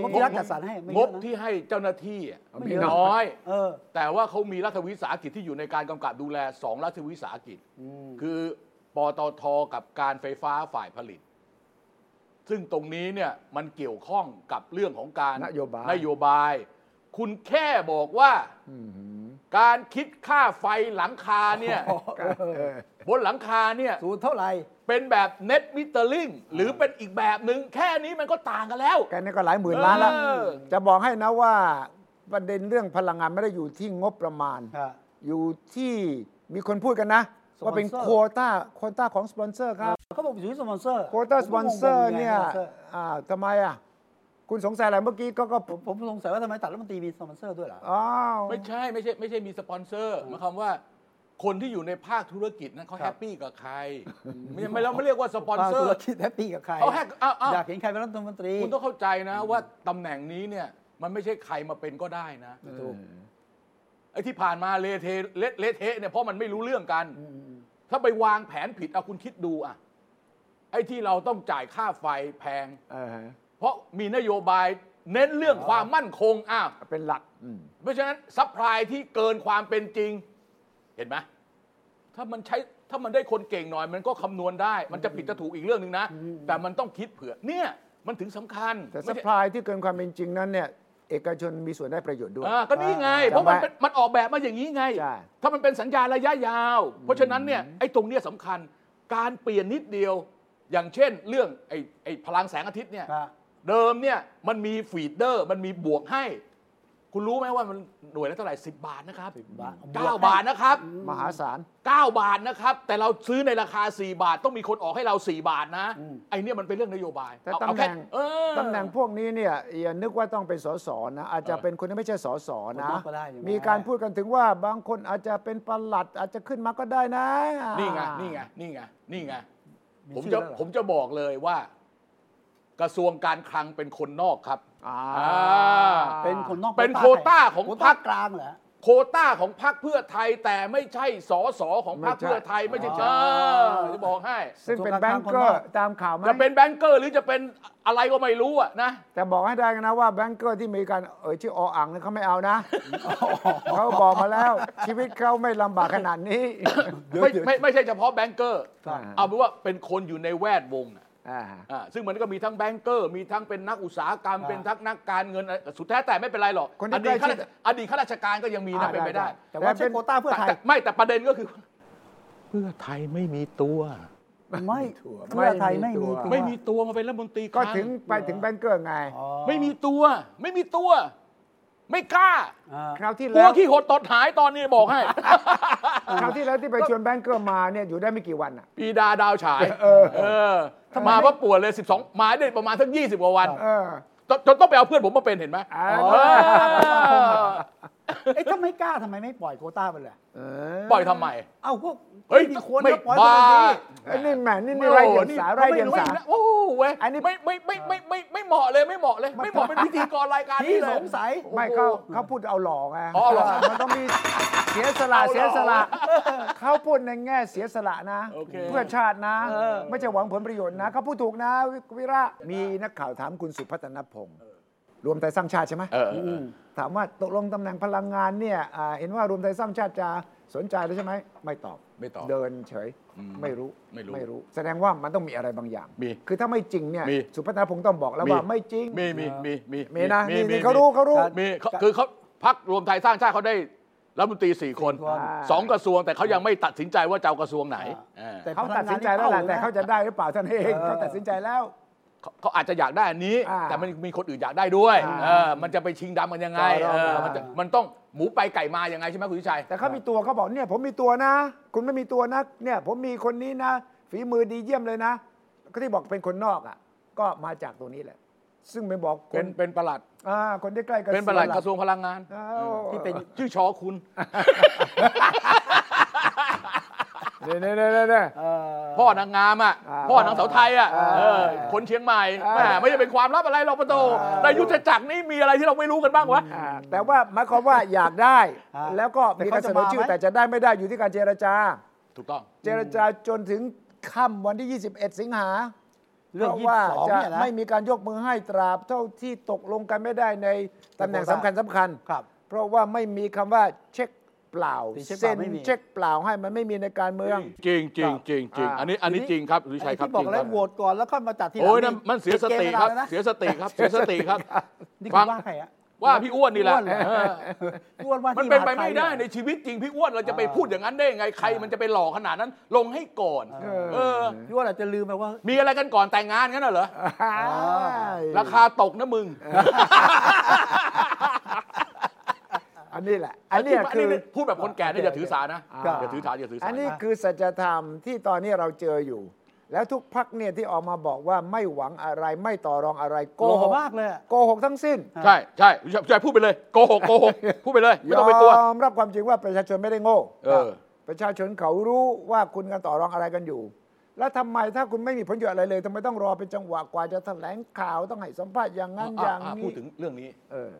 งบ ที่รัฐจัดสรรให้ไม่เยอะนะ งบที่ให้เจ้าหน้าที่อะ ไม่ มี เยอะ น้อย เออ แต่ว่าเขามีรัฐวิสาหกิจที่อยู่ในการกำกับดูแลสองรัฐวิสาหกิจ อืม คือปตทกับการไฟฟ้าฝ่ายผลิต ซึ่งตรงนี้เนี่ยมันเกี่ยวข้องกับเรื่องของการ นโยบาย นโยบาย คุณแค่บอกว่า อื้อหือ การคิดค่าไฟหลังคาเนี่ย เออ เออบ นหลังคาเนี่ย สูงเท่าไหร่ เป็นแบบเน็ตมิเตอร์ลิงหรือเป็นอีกแบบหนึ่งแค่นี้มันก็ต่างกันแล้ว แกนี่ก็หลายหมื่นล้านแล้ว เออ จะบอกให้นะว่าประเด็นเรื่องพลังงานไม่ได้อยู่ที่งบประมาณ อยู่ที่มีคนพูดกันนะ สปอนเซอร์ ว่าเป็นโควต้าโควต้าของสปอนเซอร์ครับ เขาบอกอยู่ที่สปอนเซอร์ โควต้าผสม ป ก็ องน ง เซอร์ ไง เนี่ย สปอซอร์ อ่าทำไมอ่ะ คุณสงสัยอะไรเมื่อกี้ก็ก็ ผมผมสงสัยว่าทำไมตัดรัฐมนตรีมีสปอนเซอร์ด้วยเหรอ อ้าว ไม่ใช่ไม่ใช่ไม่ใช่มีสปอนเซอร์หมายความว่า คนที่อยู่ในภาคธุรกิจนั้นเขา ครั แฮ บ ปปี้กับใครไม่ไม่เราไม่เรียกว่าสปอนเซอ ธุ ร์ รกิจแฮปปี้กับใคร เขาแฮกเอาเอา อยากเห็นใครเป็นรัฐมนตรี คุณต้องเข้าใจนะว่าตำแหน่งนี้เนี่ยมันไม่ใช่ใครมาเป็นก็ได้นะ ถูก ไอ้ที่ผ่านมาเลเทเละเละเทะเนี่ยเพราะมันไม่รู้เรื่องกัน อืมอืม ถ้าไปวางแผนผิดเอาคุณคิดดูอ่ะไอ้ที่เราต้องจ่ายค่าไฟแพง เออฮะ เพราะมีนโยบายเน้นเรื่องความมั่นคงอ้าว เป็นหลักอืม เพราะฉะนั้นซัพพลายที่เกินความเป็นจริง เห็นไหมถ้ามันใช้ถ้ามันได้คนเก่งหน่อย มันก็คำนวณได้ มันจะผิดจะถูกอีกเรื่องหนึ่งนะ แต่มันต้องคิดเผื่อเนี่ยมันถึงสำคัญ แต่ส ไม่ใช่ ปายที่เกินความเป็นจริงนั้นเนี่ยเอกชนมีส่วนได้ประโยชน์ด้วย อ่าก็นี่ไง อ่า เพราะมัน จำไว้ เป็นมันออกแบบมาอย่างนี้ไง ใช่ ถ้ามันเป็นสัญญาระยะยาว เพราะฉะนั้นเนี่ยไอ้ตรงเนี้ยสำคัญการเปลี่ยนนิดเดียว อย่างเช่นเรื่องไอ้ไอ้พลังแสงอาทิตย์เนี่ย อ่ะ เดิมเนี่ยมันมีฟีดเดอร์มันมีบวกให้ คุณรู้ไหมว่ามันหน่วยละเท่าไหร่10 บาทนะครับ บะ เก้าบาทนะครับ มหาศาล 9 บาทนะครับ แต่เราซื้อในราคา 4 บาท ต้องมีคนออกให้เรา 4 บาทนะ ไอ้เนี่ยมันเป็นเรื่องนโยบาย แต่ เอา ตำ เอา แห ค่ น่ง เออ ตำแหน่งพวกนี้เนี่ยอย่านึกว่าต้องเป็นสสนะอาจจะ เออ เป็นคนที่ไม่ใช่สสคนะนนอกก็ได้ใช่ไหม มีการพูดกันถึงว่าบางคนอาจจะเป็นประหลัด อาจจะขึ้นมาก็ได้นะ นี่ไงนี่ไงนี่ไงนี่ไง มี ผม ชื่อ จะ แล้วเหรอ ผมจะบอกเลยว่า กระทรวงการคลังเป็นคนนอกครับ อ่า อ่า เป็นคนนอก เป็น ใ โควต้าของ โคว พร ต้าร ค กลางเหรอ โคต้าของพรรคเพื่อไทยแต่ไม่ใช่สอสอของพรรค ไม่ใช่ เพื่อไทยไม่ใช่ อ๋ เอ อ อจะบอกให้ ซึ่งเป็น กระทรวงการคลังคนอแบงก์เกอนก ร์ตามข่าวไหม จะเป็นแบงเกอร์หรือจะเป็นอะไรก็ไม่รู้อะนะ แต่บอกให้ได้นะว่าแบงก์เกอร์ที่มีการเอ่ยชื่อออ่างเนี่ยเขาไม่เอา นะเขาบอกมาแล้ว ชีวิตเขาไม่ลำบากขนาดนี้ ไม่ไม่ไม่ใช่เฉพาะแบงเกอร์ ครับ เอาเป็นว่าเป็นคนอยู่ในแวดวงอะ อ่า อ่าซึ่งมันก็มีทั้งแบงเกอร์ มีทั้งเป็นนักอุตสาหกรรม อ่า เป็นทั้งนักการเงินอะไรสุดแท้แต่ไม่เป็นไรหรอก คน อ ที่ ดี ใกล้ ตชิข้ารา ด ชอดีตข้าราชการก็ยังมีนะเป็นไปได้ แต่ว่าใช้ เป็น โควต้าเพื่อไทย แต่ไม่แต่ประเด็นก็คือ เพื่อไทยไม่มีตัว ไม่เพื่อไทยไม่มีตัว ไม่มีตัวมาเป็นรัฐมนตรี ก็ คลั ถึงไปถึงแบงก์เกอร์ไง อ๋อ ไม่มีตัว ไม่มีตัว ไม่กล้า อ่า คราวที่ กลั แล้ว ว ขี้หดตดหายตอนนี้บอกให้ คราวที่แล้วที่ไปชวนแบงก์เกอร์มาเนี่ยอยู่ได้ไม่กี่วันอ่ะ ปีดาดาวฉาย เออมาเพราะป่วยเลย 12 มาได้ประมาณสัก 20 กว่าวัน เออ จนจนต้องไปเอาเพื่อนผมมาเป็นเห็นไหม อ่า เออ เอ้ยถ้าไม่กล้าทำไมไม่ปล่อยโควต้าไปเลย เอ ปล่อยทำไม เอ้าพวก เฮ้ย มีคน ไม่ ก็ปล่อย บ้า ไปเลย ไอ้นี่แหมนี่นี่ไรเดียงสาไรเดียงสา โอ้โหเว้ย อันนี้ ไม่ไม่ไม่ไม่ไม่ไม่เหมาะเลยไม่เหมาะเลยไม่เหมาะเป็นพิธีกรรายการ ที่ นี้เล ส ย งสัย ไม่เขาเขาพูดเอาหลอกไง อ๋อเอาหลอก มันต้องมี สียสละ เอาเหรอ เสียสละเขาพูดในแง่เสียสละนะ โอเค เพื่อชาตินะ ไม่ใช่หวังผลประโยชน์นะเขาพูดถูกนะวิวิระมีนักข่าวถามคุณสุพัฒนพงศ์รวมไทยสร้างชาติใช่ไหม เออเออเออ ถามว่าตกลงตำแหน่งพลังงานเนี่ยอ่าเห็นว่ารวมไทยสร้างชาติจะสนใจแล้วใช่ไหม ไม่ตอบ ไม่ตอบ เดินเฉย อืม ไม่รู้ ไม่รู้ แสดงว่ามันต้องมีอะไรบางอย่าง มี คือถ้าไม่จริงเนี่ย มี สุพัฒนาพงศ์ต้องบอกแล้วว่าไม่จริง มีมีมีมี มีนะนี่นี่เขารู้เขารู้ มีเขาคือเขาพักรวมไทยสร้างชาติเขาได้รัฐมนตรีสี่คน คน สองกระทรวงแต่เขายังไม่ตัดสินใจว่าจะเอากระทรวงไหนเออ เขาตัดสินใจแล้วแหละแต่เขาจะได้หรือเปล่าท่านเอง เออ เขาตัดสินใจแล้ว เขาเขาอาจจะอยากได้อันนี้ อ่า แต่มันมีคนอื่นอยากได้ด้วย อ่า เออมันจะไปชิงดำกันยังไงเออมันจะมันต้องหมูไปไก่มายังไงใช่ไหมคุณวิชัย แต่เขามีตัวเขาบอกเนี่ยผมมีตัวนะ คุณไม่มีตัวนะเนี่ยผมมีคนนี้นะ ฝีมือดีเยี่ยมเลยนะก็ที่บอกเป็นคนนอกอ่ะ ก็มาจากตัวนี้แหละ ซึ่งไปบอกค เป็น น เป็นประหลัด อ่าคนที่ใกล้กษียณ เป็นประหลัดกระทรวงพลังงาน อ้าว ที่เป็น ชื่อชอคุณ เนี่ยเนี่ยเนี่ยเนี่ย พ่อนางงามอ่ะ อ่า พ่อนางสาวไทยอ่ะ อ่า เออคนเชียงใหม่ อ่า แหมไม่ใช่เป็นความลับอะไรหรอกประตู อ่า แต่ยุทธจักรนี่มีอะไรที่เราไม่รู้กันบ้างวะ อ่าแต่ว่าหมายความว่าอยากได้ อ่า แล้วก็มีการเสนอชื่อ แต่เขาจะมาไหม แต่จะได้ไม่ได้อยู่ที่การเจรจา ถูกต้อง เจรจาจนถึงค่ำวันที่ 21 สิงหา เรื่อง พาะ ยี่ ว่า สอง จะ เนี่ยนะ ไม่มีการยกมือให้ตราบเท่าที่ตกลงกันไม่ได้ในตำแหน่งสำคัญสำคัญ ครับ เพราะว่าไม่มีคำว่าเช็คเปล่า เช็คเป เซ็ ล่าน ไม่มี เช็คเปล่าให้มันไม่มีในการเมือง จริงจริงจริงจริง อ่า อันนี้อันนี้จริงครับวิชัยครับ ที่บอก จริง แล้ว ค โห รับ วตก่อนแล้วค่อยมาจัดทีหลัง โอ้ยนั่นมันเสียสติครับ เกมเวลาแล้วนะ เสียสติครับ เสียสติครับ นี่ ฟั คืองว่าใครอะ ว่าพี่อ้วนนี่แหละ อ้วนเหรอ เออ อ้วนว่า มัน ที่ เป็นไป หาใคร ไม่ได้ใน เนี่ย ชีวิตจริงพี่อ้วนเราจะไป อ่า พูดอย่างนั้นได้ยังไงใคร อ่ามั มันจะไปหล่อขนาดนั้น ลงให้ก่อน เออ เออ พี่อ้วนอาจจะลืมไปว่า มีอะไรกันก่อนแต่งงานงั้นน่ะเหรอ ราคาตกนะมึง อันนี้แหละ อันเนี้ยคือ พูดแบบคนแก่เนี่ยอย่าถือสานะ ครับ อย่าถือสาอย่าถือสา อันนี้คือสัจธรรมที่ตอนนี้เราเจออยู่ แล้วทุกพักเนี่ยที่ออกมาบอกว่าไม่หวังอะไรไม่ต่อรองอะไรโกหก โลภมากเลยอะ โกหกทั้งสิ้น ใช่ใช่ใช่ใช่พูดไปเลยโกหกโกหกพูดไปเลย ไม่ต้องไปกลัว ยอมรับความจริงว่าประชาชนไม่ได้โง่ เออ ประชาชนเขารู้ว่าคุณกันต่อรองอะไรกันอยู่ แล้วทำไมถ้าคุณไม่มีผลประโยชน์อะไรเลยทำไมต้องรอเป็นจังหวะกว่าจะแถลงข่าวต้องให้สัมภาษณ์อย่างนั้นอ อ่ะ ย่าง อ่ะ นี้ พูดถึงเรื่องนี้ เออ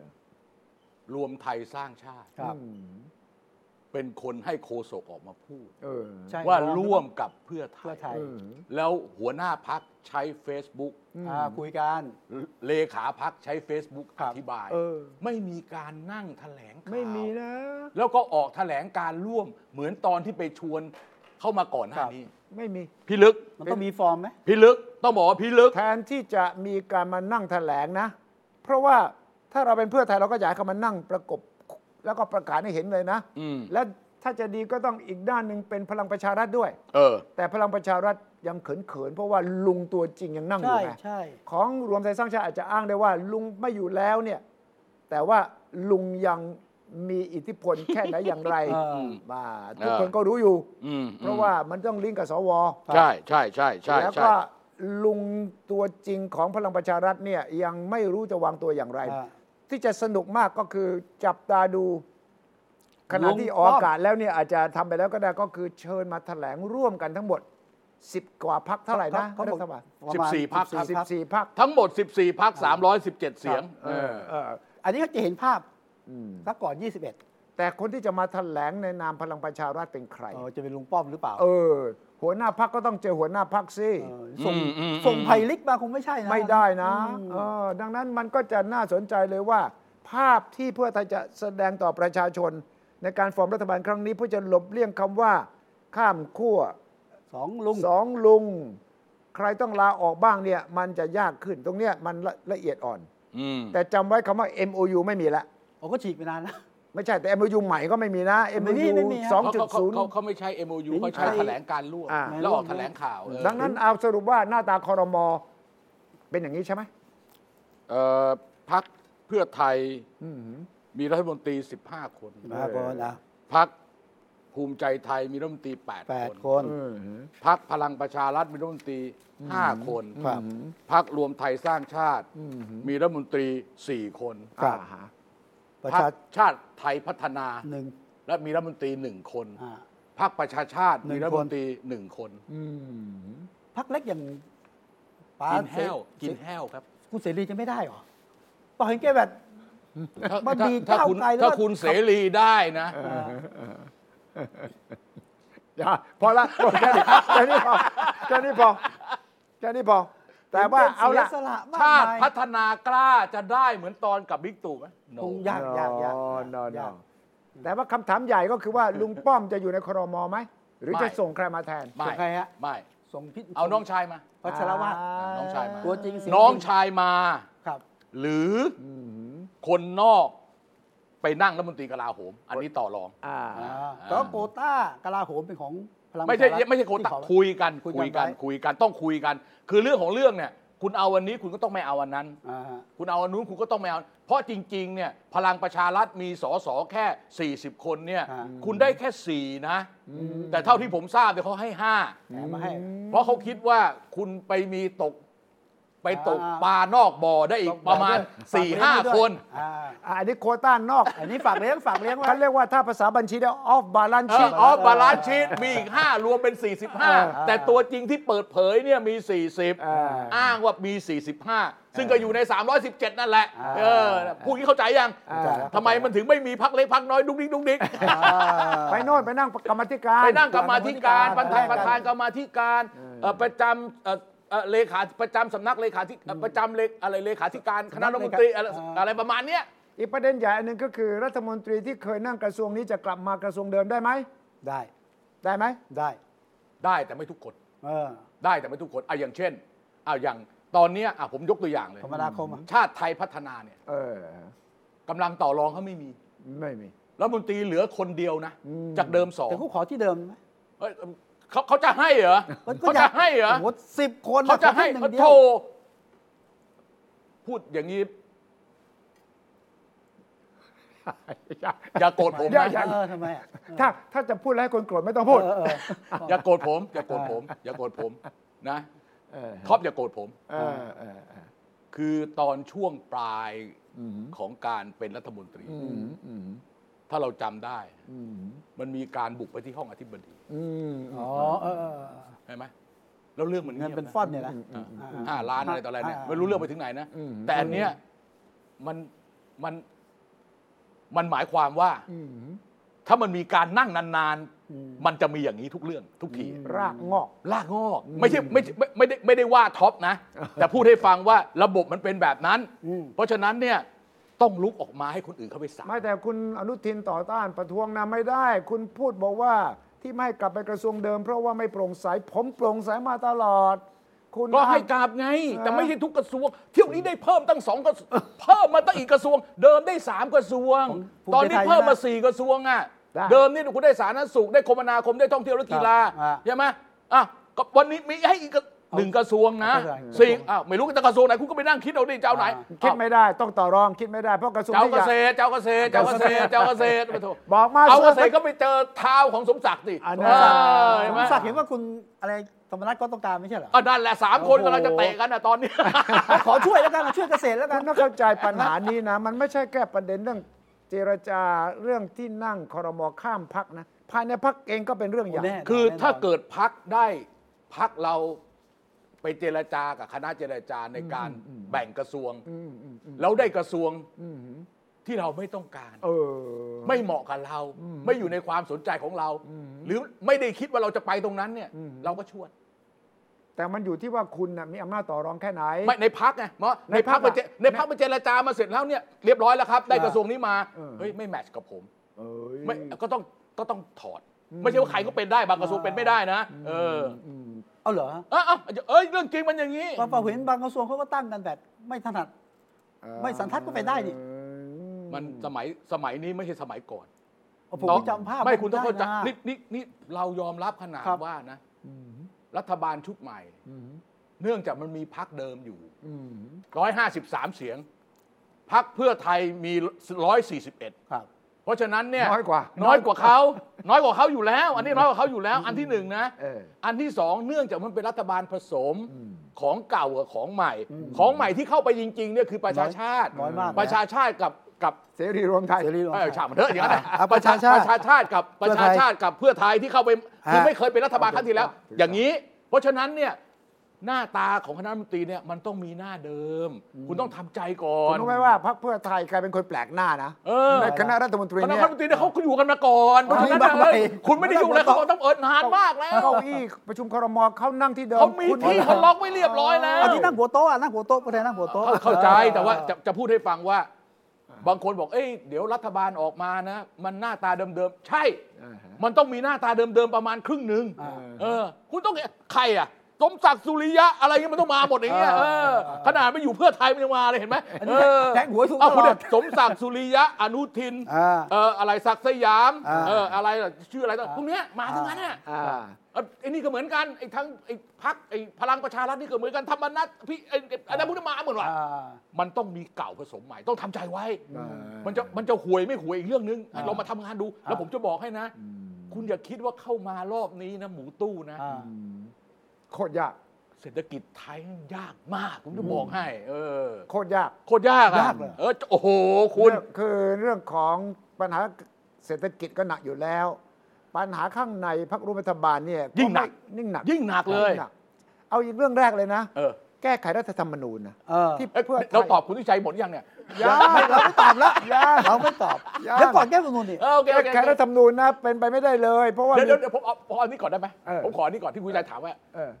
รวมไทยสร้างชาติ ครับ อืม เป็นคนให้โคศกออกมาพูด เออ ใช่ ว่าร่วมกับเพื่อไท เพื่อย ไทย อืม แล้วหัวหน้าพักใช้ Facebook อ่าคุยกัน เลขาพักใช้ Facebook ค อ รับ ธิบาย เออ ไม่มีการนั่งแถลงข่าว ไม่มีนะ แล้วก็ออกแถลงการร่วมเหมือนตอนที่ไปชวนเข้ามาก่อนหน้านี้ ไม่มี พี่ลึก มันต้องมีฟอร์มไหม พี่ลึกต้องบอกว่าพี่ลึก แทนที่จะมีการมานั่งแถลงนะ เพราะว่าถ้าเราเป็นเพื่อไทยเราก็อยากให้เขามานั่งประกบ แล้วก็ประกาศให้เห็นเลยนะ อืม และถ้าจะดีก็ต้องอีกด้านหนึ่งเป็นพลังประชารัฐด้วย เออ แต่พลังประชารัฐยังเขินๆเพราะว่าลุงตัวจริงยังนั่งอ ใช่ ยู่ไง ใช่ ของรวมไทยสร้างชาติอาจจะอ้างได้ว่า ลุงไม่อยู่แล้วเนี่ยแต่ว่าลุงยังมีอิทธิพลแค่ไหนอย่างไร เออ มาทุกคนก็รู้อยู่ อืม เพราะว่ามันต้องลิงก์กับสว ใช่ใช่ใช่ใช่ แล้ว ใช่ ก็ลุงตัวจริงของพลังประชารัฐเนี่ยยังไม่รู้จะวางตัวอย่างไร อ่า ที่จะสนุกมากก็คือจับตาดูขณะ ลุง ที่ ป้อม ออกอากาศแล้วเนี่ยอาจจะทำไปแล้วก็ได้ก็คือเชิญมาแถลงร่วมกันทั้งหมด 10 กว่าพักเท่าไหร่นะ เขาบอก รัฐบาล ประมาณ 14พรรคครับ สิบสี่พัก ทั้งหมด 14พัก317 เสียงเออ อันนี้ก็จะเห็นภาพสักก่อน 21 แต่คนที่จะมาแถลงในนามพลังประชารัฐเป็นใคร เออจะเป็นลุงป้อมหรือเปล่า เออ หัวหน้าพักก็ต้องเจอหัวหน้าพักสิ เออส่งส่งไผ่ลิกมาคงไม่ใช่นะ ไม่ได้นะ อืม เออดังนั้นมันก็จะน่าสนใจเลยว่า ภาพที่เพื่อไทยจะแสดงต่อประชาชน ในการฟอร์มรัฐบาลครั้งนี้เพื่อจะหลบเลี่ยงคำว่า ข้ามขั้ว สองลุง สองลุง ใครต้องลาออกบ้างเนี่ยมันจะยากขึ้นตรงเนี้ยมันละละเอียดอ่อน อืม แต่จำไว้คำว่า MOU ไม่มีละ ผมก็ฉีกไปนานแล้ว ไม่ใช่แต่ MOU ใหม่ก็ไม่มีนะ ไม่มี MOU ไม่มีฮะ เขาเขาเขา 2.0 เขาไม่ใช้ MOU เขาใช้ ไม่ใช่ แถลงการร่วม อ่า แล้วออกแถลงข่าวเออ ดังนั้นเอาสรุปว่าหน้าตาคอรมอเป็นอย่างนี้ใช่ไหม เอ่อพักเพื่อไทย อืม มีรัฐมนตรี 15 คน มาก่อนนะ พักภูมิใจไทยมีรัฐมนตรี แปด 8 ค คน น พักพลังประชารัฐมีรัฐมนตรี 5 คน ครับ พักรวมไทยสร้างชาติ มีรัฐมนตรี 4 คน ครับ อ่าฮะ ประ พรร ชา คชาติไทยพัฒนา หนึ่ง และมีรัฐมนตรีหนึ่งคน อ่า พรรคประชาชาติ หนึ่ มี งคน รัฐมนตรีหนึ่งคน พักเล็กอย่าง กินแห้ว เส กินแห้วครับ คุณเสรีจะไม่ได้เหรอปล่อยให้แกแบบ มันดี ถ้า ก้าว คุณ ไกลแล้ว ถ้าคุณเสรีได้นะ อย่าพอละแค่นี้แค่นี้พอแค่นี้พอแค่นี้พอ แต่ว่า เป็น เอาละ สียสละมาก ชาติ มาย พัฒนากล้าจะได้เหมือนตอนกับบิ๊กตู่ไหม No คงยากยากยาก นอน ยาก แต่ว่าคำถามใหญ่ก็คือว่าลุงป้อมจะอยู่ในครมไหม หรือ ไม่ จะส่งใครมาแทน ไม่ ส่งใครฮะ ไม่ ส่งพิษ เอาน้องชายมา พัชรวาท น้องชายมา ตัวจริงเสีย น้องชายมา ครับ หรืออคนนอกไปนั่งรัฐมนตรีกลาโหม อันนี้ต่อรอง อ่า อ่า ก็โกต้ากลาโหมเป็นของพลัง ไม่ใช่ ประารัฐ ไม่ใช่โคนตัก ที่ขอ คุยกัน คุยกัน คุยกัน ไว้ คุยกันต้องคุยกัน คือเรื่องของเรื่องเนี่ย คุณเอาวันนี้คุณก็ต้องไม่เอาวันนั้น อ่าฮะ คุณเอาอันนู้นคุณก็ต้องไม่เอาเพราะจริงๆเนี่ยพลังประชารัฐมีสสแค่ 40 คนเนี่ย อ่า คุณได้แค่ 4 นะ แต่เท่าที่ผมทราบเนี่ยเขาให้ แถมมาให้ 5 เพราะเขาคิดว่าคุณไปมีตก ไปตก อ่า ปลานอกบ่อได้อีกประมาณ 4-5หาคน อ่า อ่ะอันนี้โควต้านอก อันนี้ฝากเลี้ยงฝากเลี้ยงไว้ เขาเรียกว่าถ้าภาษาบัญชีเรียกออฟบาลานซ์ เอ ชี อออฟบาลานซ์ชีตมีอีก 5 รวมเป็น 45 แต่ตัวจริงที่เปิดเผยเนี่ยมี 40 อ้างว่ามี 45 ซึ่งก็อยู่ใน 317 นั่นแหละ อ่า เออพูดนี้เข้าใจยังทำไมมันถึงไม่มีพักเล็กพักน้อยดุ๊กดิ๊กดุ๊กดิ๊ ก อ่า ไปโน่นไปนั่งกรรมธิการ ไปนั่งกรรมาธิการ ป ประ ระ ธา ธาน น ป ประ ระ ธา ธาน นกรรมาธิการเอ่อประจำเอ่อเอ่อเลขาประจำสำนักเลขาธิเอ่อประจำเลขอะไรเลขาธิการคณะรัฐมนตรีอะไรอะไรประมาณเนี้ย อีกประเด็นใหญ่อันหนึ่งก็คือรัฐมนตรีที่เคยนั่งกระทรวงนี้จะกลับมากระทรวงเดิมได้ไหม ได้ ได้ไหม ได้ ได้แต่ไม่ทุกคน เออ ได้แต่ไม่ทุกคนอ่ะอย่างเช่นอ่ะอย่างตอนเนี้ยอ่ะผมยกตัวอย่างเลย คมนาคมอ่ะ ชาติไทยพัฒนาเนี่ย เออก ำลังต่อรองเขาไม่มี ไม่มี รัฐมนตรีเหลือคนเดียวนะ จากเดิมสอง แต่เขาขอที่เดิมไหม เอ้ยเขาเขาจะให้เหรอเขาจะให้เหรอ โโสิบคน เขาจะให้ ขอที่นึ่งเดียว โทพูดอย่างนี้ อย่าโกรธผม อย่า นะ อย่า เออทำไมอ่ะ ถ้าถ้าจะพูดแล้วให้คนโกรธไม่ต้องพูด เออเออ อย่าโกรธผมอย่าโกรธผมอย่าโกรธผมนะ เออ ท็อปอย่าโกรธผม เออเออเออ คือตอนช่วงปลายของการเป็นรัฐมนตรี อืมอืม ถ้าเราจำได้ อืม มันมีการบุกไปที่ห้องอธิบดี อืม อ๋อเออเออ ใช่ไหมแล้วเรื่องมัน เงิ เงี น ยบ เป็น นะ ฟอนเนี่ยนะ ห้าล้านอะไรต่ออะไรเนี่ย อ่า ไม่รู้เรื่องไปถึงไหนนะ แต่อันเนี้ยมันมันมันหมายความว่า อืม ถ้ามันมีการนั่งนานๆ มันจะมีอย่างนี้ทุกเรื่อง ทุกที รากงอก ลากงอกไม่ใช่ไม่ใช่ไม่ไม่ได้ไม่ได้ว่าท็อป นะ แต่พูดให้ฟังว่าระบบมันเป็นแบบนั้น อืม เพราะฉะนั้นเนี่ยต้องลุกออกมาให้คนอื่นเข้าไปสั่ง ไม่แต่คุณอนุทินต่อต้านประท้วงนะไม่ได้ คุณพูดบอกว่าที่ไม่ให้กลับไปกระทรวงเดิม เพราะว่าไม่โปร่งใสผมโปร่งใสมาตลอด คุณ ก็ให้ อ้าง กราบไง อ่า แต่ไม่ใช่ทุกกระทรวง เที่ยวนี้ได้เพิ่มตั้งสองกระทรวงเพิ่มมาตั้งอีกกระทรวง เดิมได้สามกระทรวง ผม ตอนนี้ ภูมิใจไทย เพิ่มมา นะ สี่กระทรวงอ่ะ ได้ เดิมนี่คุณได้สาธารณสุขได้คมนาคมได้ท่องเที่ยวและกีฬา อ่า ใช่ไหมอ่ะก็วันนี้มีให้อีกกระหนึ่งกระทรวงนะ เอาไปเลย สี่อ้าวไม่รู้จะกระทรวงไหนคุณก็ไปนั่งคิดเอาดิเจ้าไหน คิดไม่ได้ต้องต่อรองคิดไม่ได้เพราะกระทรวง เจ้า ที่อเกยาก ษตรเจ้าเกษตรเจ้าเกษตรเจ้าเกษตรไปโถ บอกมา เอาเกษ เสื้ ต อ รก็ไปเจอเท้าของสมศักดิ์ดิ อันนั้ เอน อเห็นไหม สักดิ์เห็นว่าคุณอะไรธรรมนัฐก็ต้องการไม่ใช่เหรอ อ่ะนั่นแหละสามคน โอ้โห กำลังจะเตะกันนะตอนนี้ ขอช่วยแล้วกันมาช่วยเกษตรแล้วกั คุ น ณต้องเข้าใจปัญหานี้นะ มันไม่ใช่แค่ประเด็นเรื่องเจรจาเรื่องที่นั่งครมข้ามพักนะ ภายในพักเองก็เป็นเรื่องใหญ่ แน่ คือถ้าเกิดพักได้พักเราไปเจรจากับคณะเจรจาในการแบ่งกระทรวง แล้วได้กระทรวงที่เราไม่ต้องการ เออ ไม่เหมาะกับเรา ไม่อยู่ในความสนใจของเรา หรือไม่ได้คิดว่าเราจะไปตรงนั้นเนี่ย เราก็ชวน แต่มันอยู่ที่ว่าคุณนะมีอำนาจต่อรองแค่ไหน ไม่ในพักไงเพราะใน ในพร พั ร ก ค มาเจ อะ ในพักมาเจรจามาเสร็จแล้วเนี่ยเรียบร้อยแล้วครับ ได้กระทรวงนี้มาเฮ้ยไม่แมทช์กับผม เอ้ย ไม่ก็ต้องก็ต้องถอด ไม่ใช่ว่าใครก็เป็นได้บางกระทรวงเป็นไม่ได้นะเออ เอาเหรอ เอ้าเอ้าเอ้ยเรื่องจริงมันอย่างนี้ ปราเห็นบางกระทรวงเขาก็ตั้งกันแบบไม่ถนัด ไม่สันทัดก็ไปได้นี่ เออ มันสมัยสมัยนี้ไม่ใช่สมัยก่อน เอาผม ต้อง จำภาพ ไม่คุณต้องเข้าใจ ด้นะ นี่นี่นี่เรายอมรับขนาด ครับ ว่านะ รัฐบาลชุดใหม่ เนื่องจากมันมีพักเดิมอยู่ อืม 153 เสียง พักเพื่อไทยมี 141 ครับ เพราะฉะนั้นเนี่ย น้อยกว่า น้อยกว่าเขา น้อยกว่าเขาอยู่แล้ว อันนี้น้อยกว่าเขาอยู่แล้ว อันที่หนึ่งนะ เออ อันที่สองเนื่องจากมันเป็นรัฐบาลผสมของเก่ากับของใหม่ ของใหม่ที่เข้าไปจริงๆเนี่ยคือประชาชาติ น้อยมาก ประชาชาติกับกับ เสรีรวมไทย เสรีรวม เอ ไท อย ฉากมันเถอะอย่างนั้นน่ะ อ่ะประชาชาติ ประชาชาติกับ เพื่ ป อ ระ ไทย ชาชาติกับเพื่อไทยที่เข้าไป ฮะ คือไม่เคยเป็นรัฐบาลครั้งที่แล้ว อย่างนี้ เพราะฉะนั้นเนี่ย หน้าตาของคณะรัฐมนตรีเนี่ยมันต้องมีหน้าเดิม คุณต้องทำใจก่อ คุ น ณรู้ไหมว่าพรรคเพื่อไทยกลายเป็นคนแปลกหน้านะ เออ ในคณะรัฐมนตรี คณะ เนี่ รั ย ฐมนตรีเนี่ยเขาอยู่กันมาก่อนเพราะฉะนั้น มันมีบาง เออ ใบ คุณไม่ได้อยู่อะไรเขาต้องเอิดนานมากแล้ว เก้าอี้ประชุมครมเขานั่งที่เดิม เขามี คุณ ที่เขาล็อกไว้เรียบร้อยแล้ว อันนี้นั่งหัวโต๊ะอ่ะนั่งหัวโต๊ะก็ได้นั่งหัวโต๊ะ เข้าเข้าใจแต่ว่าจะจะพูดให้ฟังว่า บางคนบอกเอ้ยเดี๋ยวรัฐบาลออกมานะ มันหน้าตาเดิมๆ ใช่ อ่าฮะ มันต้องมีหน้าตาเดิมๆ ประมาณครึ่งหนึ่ง อ่า เออ คุณต้องเห็นใครอ่ะสมศักดิ์สุริยะอะไรเงี้ยมันต้องมาหมดอย่างเงี้ยเอ อ่า อขนาดไม่อยู่เพื่อไทยมันยังมาเลยเห็นไหม อันนี้ เออ แทงหวยถูกตลอด เอาคุณเนี่ยสมศักดิ์สุริยะอนุทิน อ่า เอออะไรศักดิ์สยาม อ่า เอออะไรล่ะชื่ออะไรต่างพวกเนี้ยมาทั้งนั้นอ่ะ อ่า เอ่อไอ้นี่ก็เหมือนกันไอ้ทั้งไอ้พักไอ้พลังประชารัฐนี่ก็เหมือนกันธรรมนัตพี่ไอ้ไอ้อันนั้นพุทธมาเหมือนว่า อ่า มันต้องมีเก่าผสมใหม่ ต้องทำใจไว้ อ่ามั มันจะมันจะห่วยไม่ห่วยอีกเรื่องนึงเรามาทำงานดู แล้ว อ่า ผมจะบอกให้นะ คุณอย่าคิดว่าเข้ามารอบนี้นะหมูตู้นะ อ่า โคตรยาก เศรษฐกิจไทยยากมาก ผมจะบอกให้ เออ โคตรยาก โคตรยากอะ ยากเลย เออโอ้โหคุณ เรื่องคือเรื่องของปัญหาเศรษฐกิจก็หนักอยู่แล้ว ปัญหาข้างในพรรคร่วมรัฐบาลเนี่ยยิ่งหนัก ยิ่งหนักเลย งหนัก เอาอีกเรื่องแรกเลยนะ เออ แก้ไขรัฐธรรมนูญนะ เออ ที่ เอ้ย เพื่อไทย เราตอบคุณทิชัยหมดยังเนี่ย ยา ไม่เราไม่ตอบแล้ว ยา เราไม่ตอบ ยัง แล้วก่อนแก้รัฐธรรมนูญนี่ เออโอเค แก้ โอเค ไขรัฐธรรมนูญนะเป็นไปไม่ได้เลย เพราะว่า เดี๋ยวเดี๋ยวผมเอาผมเอาอันนี้ก่อนได้ไหม เออ ผมขออันนี้ก่อนที่คุณทิชัยถามว่า เออ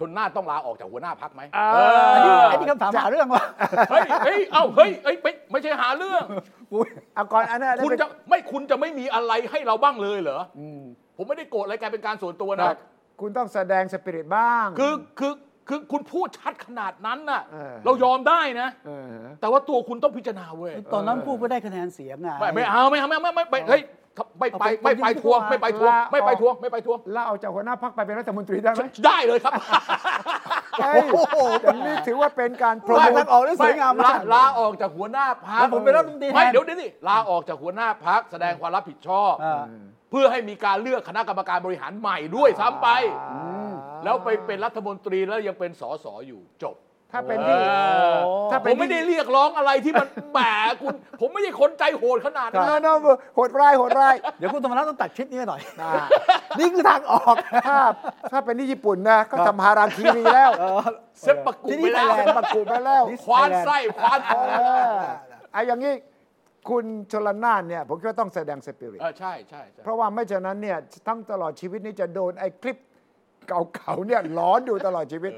ชนหน้าต้องลาออกจากหัวหน้าพักไหม อ่า เออ อันนี้อัเนนี้คำถามหาเรื่องวะ ฮ้ยเฮ้ย เอ้า เฮ้ยเอ้ยไม่ไม่ใช่หาเรื่อง อุ๊ย เอาก่อนอันนั้น คุณจะไม่คุณจะไม่มีอะไรให้เราบ้างเลยเหรอ อืม ผมไม่ได้โกรธอะไรกลายเป็นการส่วนตัว เป็น นะ คุณต้องแสดงสปิริตบ้าง คือ คือ คือคุณพูดชัดขนาดนั้นน่ะ เออ เรายอมได้นะ เออ แต่ว่าตัวคุณต้องพิจารณาเว้ย ตอนนั้นพูดไม่ได้คะแนนเสียงไง ไม่ไม่เอาไม่เอาไม่ไม่ไม่ไม่เฮ้ยไม่ไปไม่ไปทวงไม่ไปทวงไม่ไปทวงไม่ไปทวง แล้วเอาจากหัวหน้าพักไปเป็นรัฐมนตรีได้ไหม ได้เลยครับ เฮ้ย โอ้โห อย่างนี้ถือว่าเป็นการโปร ลา โม ทา ท งออกได้สวยงามมาก ลลาออกจากหัวหน้าพัก แล้วผมเป็นรัฐมนตรีแทน ไม่เดี๋ยวเดี๋ยวนี่ลาออกจากหัวหน้าพักแสดงความรับผิดชอบ เออ เพื่อให้มีการเลือกคณะกรรมการบริหารใหม่ด้วยซ้ำไป แล้วไปเป็นรัฐมนตรีแล้วยังเป็นสสอยู่จบ ถ้าเป็นที่ เออ ถ้าเป็ ผ น มไม่ได้เรียกร้องอะไรที่มัน แหมคุณ ผมไม่ได้คนใจโหดขนาด โน นั้น โนโหดร้ายโหดร้าย เดี๋ยวคุณธรรมนัฐต้องตัดคลิปนี้หน่อย นี่คือทางออก ถ้าถ้าเป็นที่ญี่ปุ่นนะก็ทำฮาราคิรีแล้ว เซปปะกุ ที่นี่ ไปแล้ว ไทยแลนด์ ปักกูไปแล้ว ควานไส้ควานทอง เออไอ้อย่างนี้คุณชลนานเนี่ย ผมคิดว่าต้องแสดงสปิริต เออใช่ใช่ใช่ เพราะว่าไม่ฉะนั้นเนี่ยทั้งตลอดชีวิตนี้จะโดนไอ้คลิปเก่าๆเนี่ยหลอนอยู่ตลอดชีวิต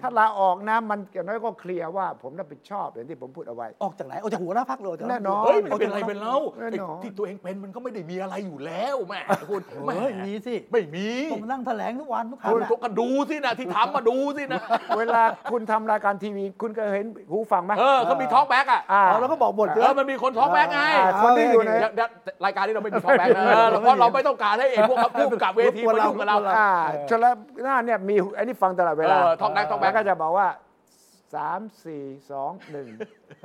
ถ้าลาออกนะมันอย่างน้อยก็เคลียร์ว่า ผมรับผิดชอบอย่างที่ผมพูดเอาไว้ ออกจากไหน ออกจากหัวหน้าพักเลยจาก แน่นอน เฮ้ยมันจะเป็นอะไรเป็นเล่า แน่นอน ไอ้ที่ตัวเองเป็นมันก็ไม่ได้มีอะไรอยู่แล้วแหม่คุณแห เฮ้ยมีสิ ไม่มี ผมนั่งแถลงทุกวันทุกครั้ง คุณ อะ ก็ก็ดูสินะที่ถามมาดูสินะ เวลาคุณทำรายการทีวี คุณเคยเห็นหูฟังไหม เออเขามีท้องแบกอ่ะ อ่า อ๋อแล้วก็บอกหมด เอ เลย อมันมีคนท้องแบกไง อ่าคนที่อยู่ใน เดี๋ยวเดี๋ยวรายการนี้เราไม่มีท้องแบกนะเออเพราะเราไม่ต้องการให้เองพวกเขาพูดกับเวทีมายุ่งกับเรา อ่าจนแล้วหน้าเนี่ยมีไอ้นี่ฟังตลอดเว เอ ลา อท้องแบกท้องแบ แล้ ก วก็จะบอกว่า 3 4 2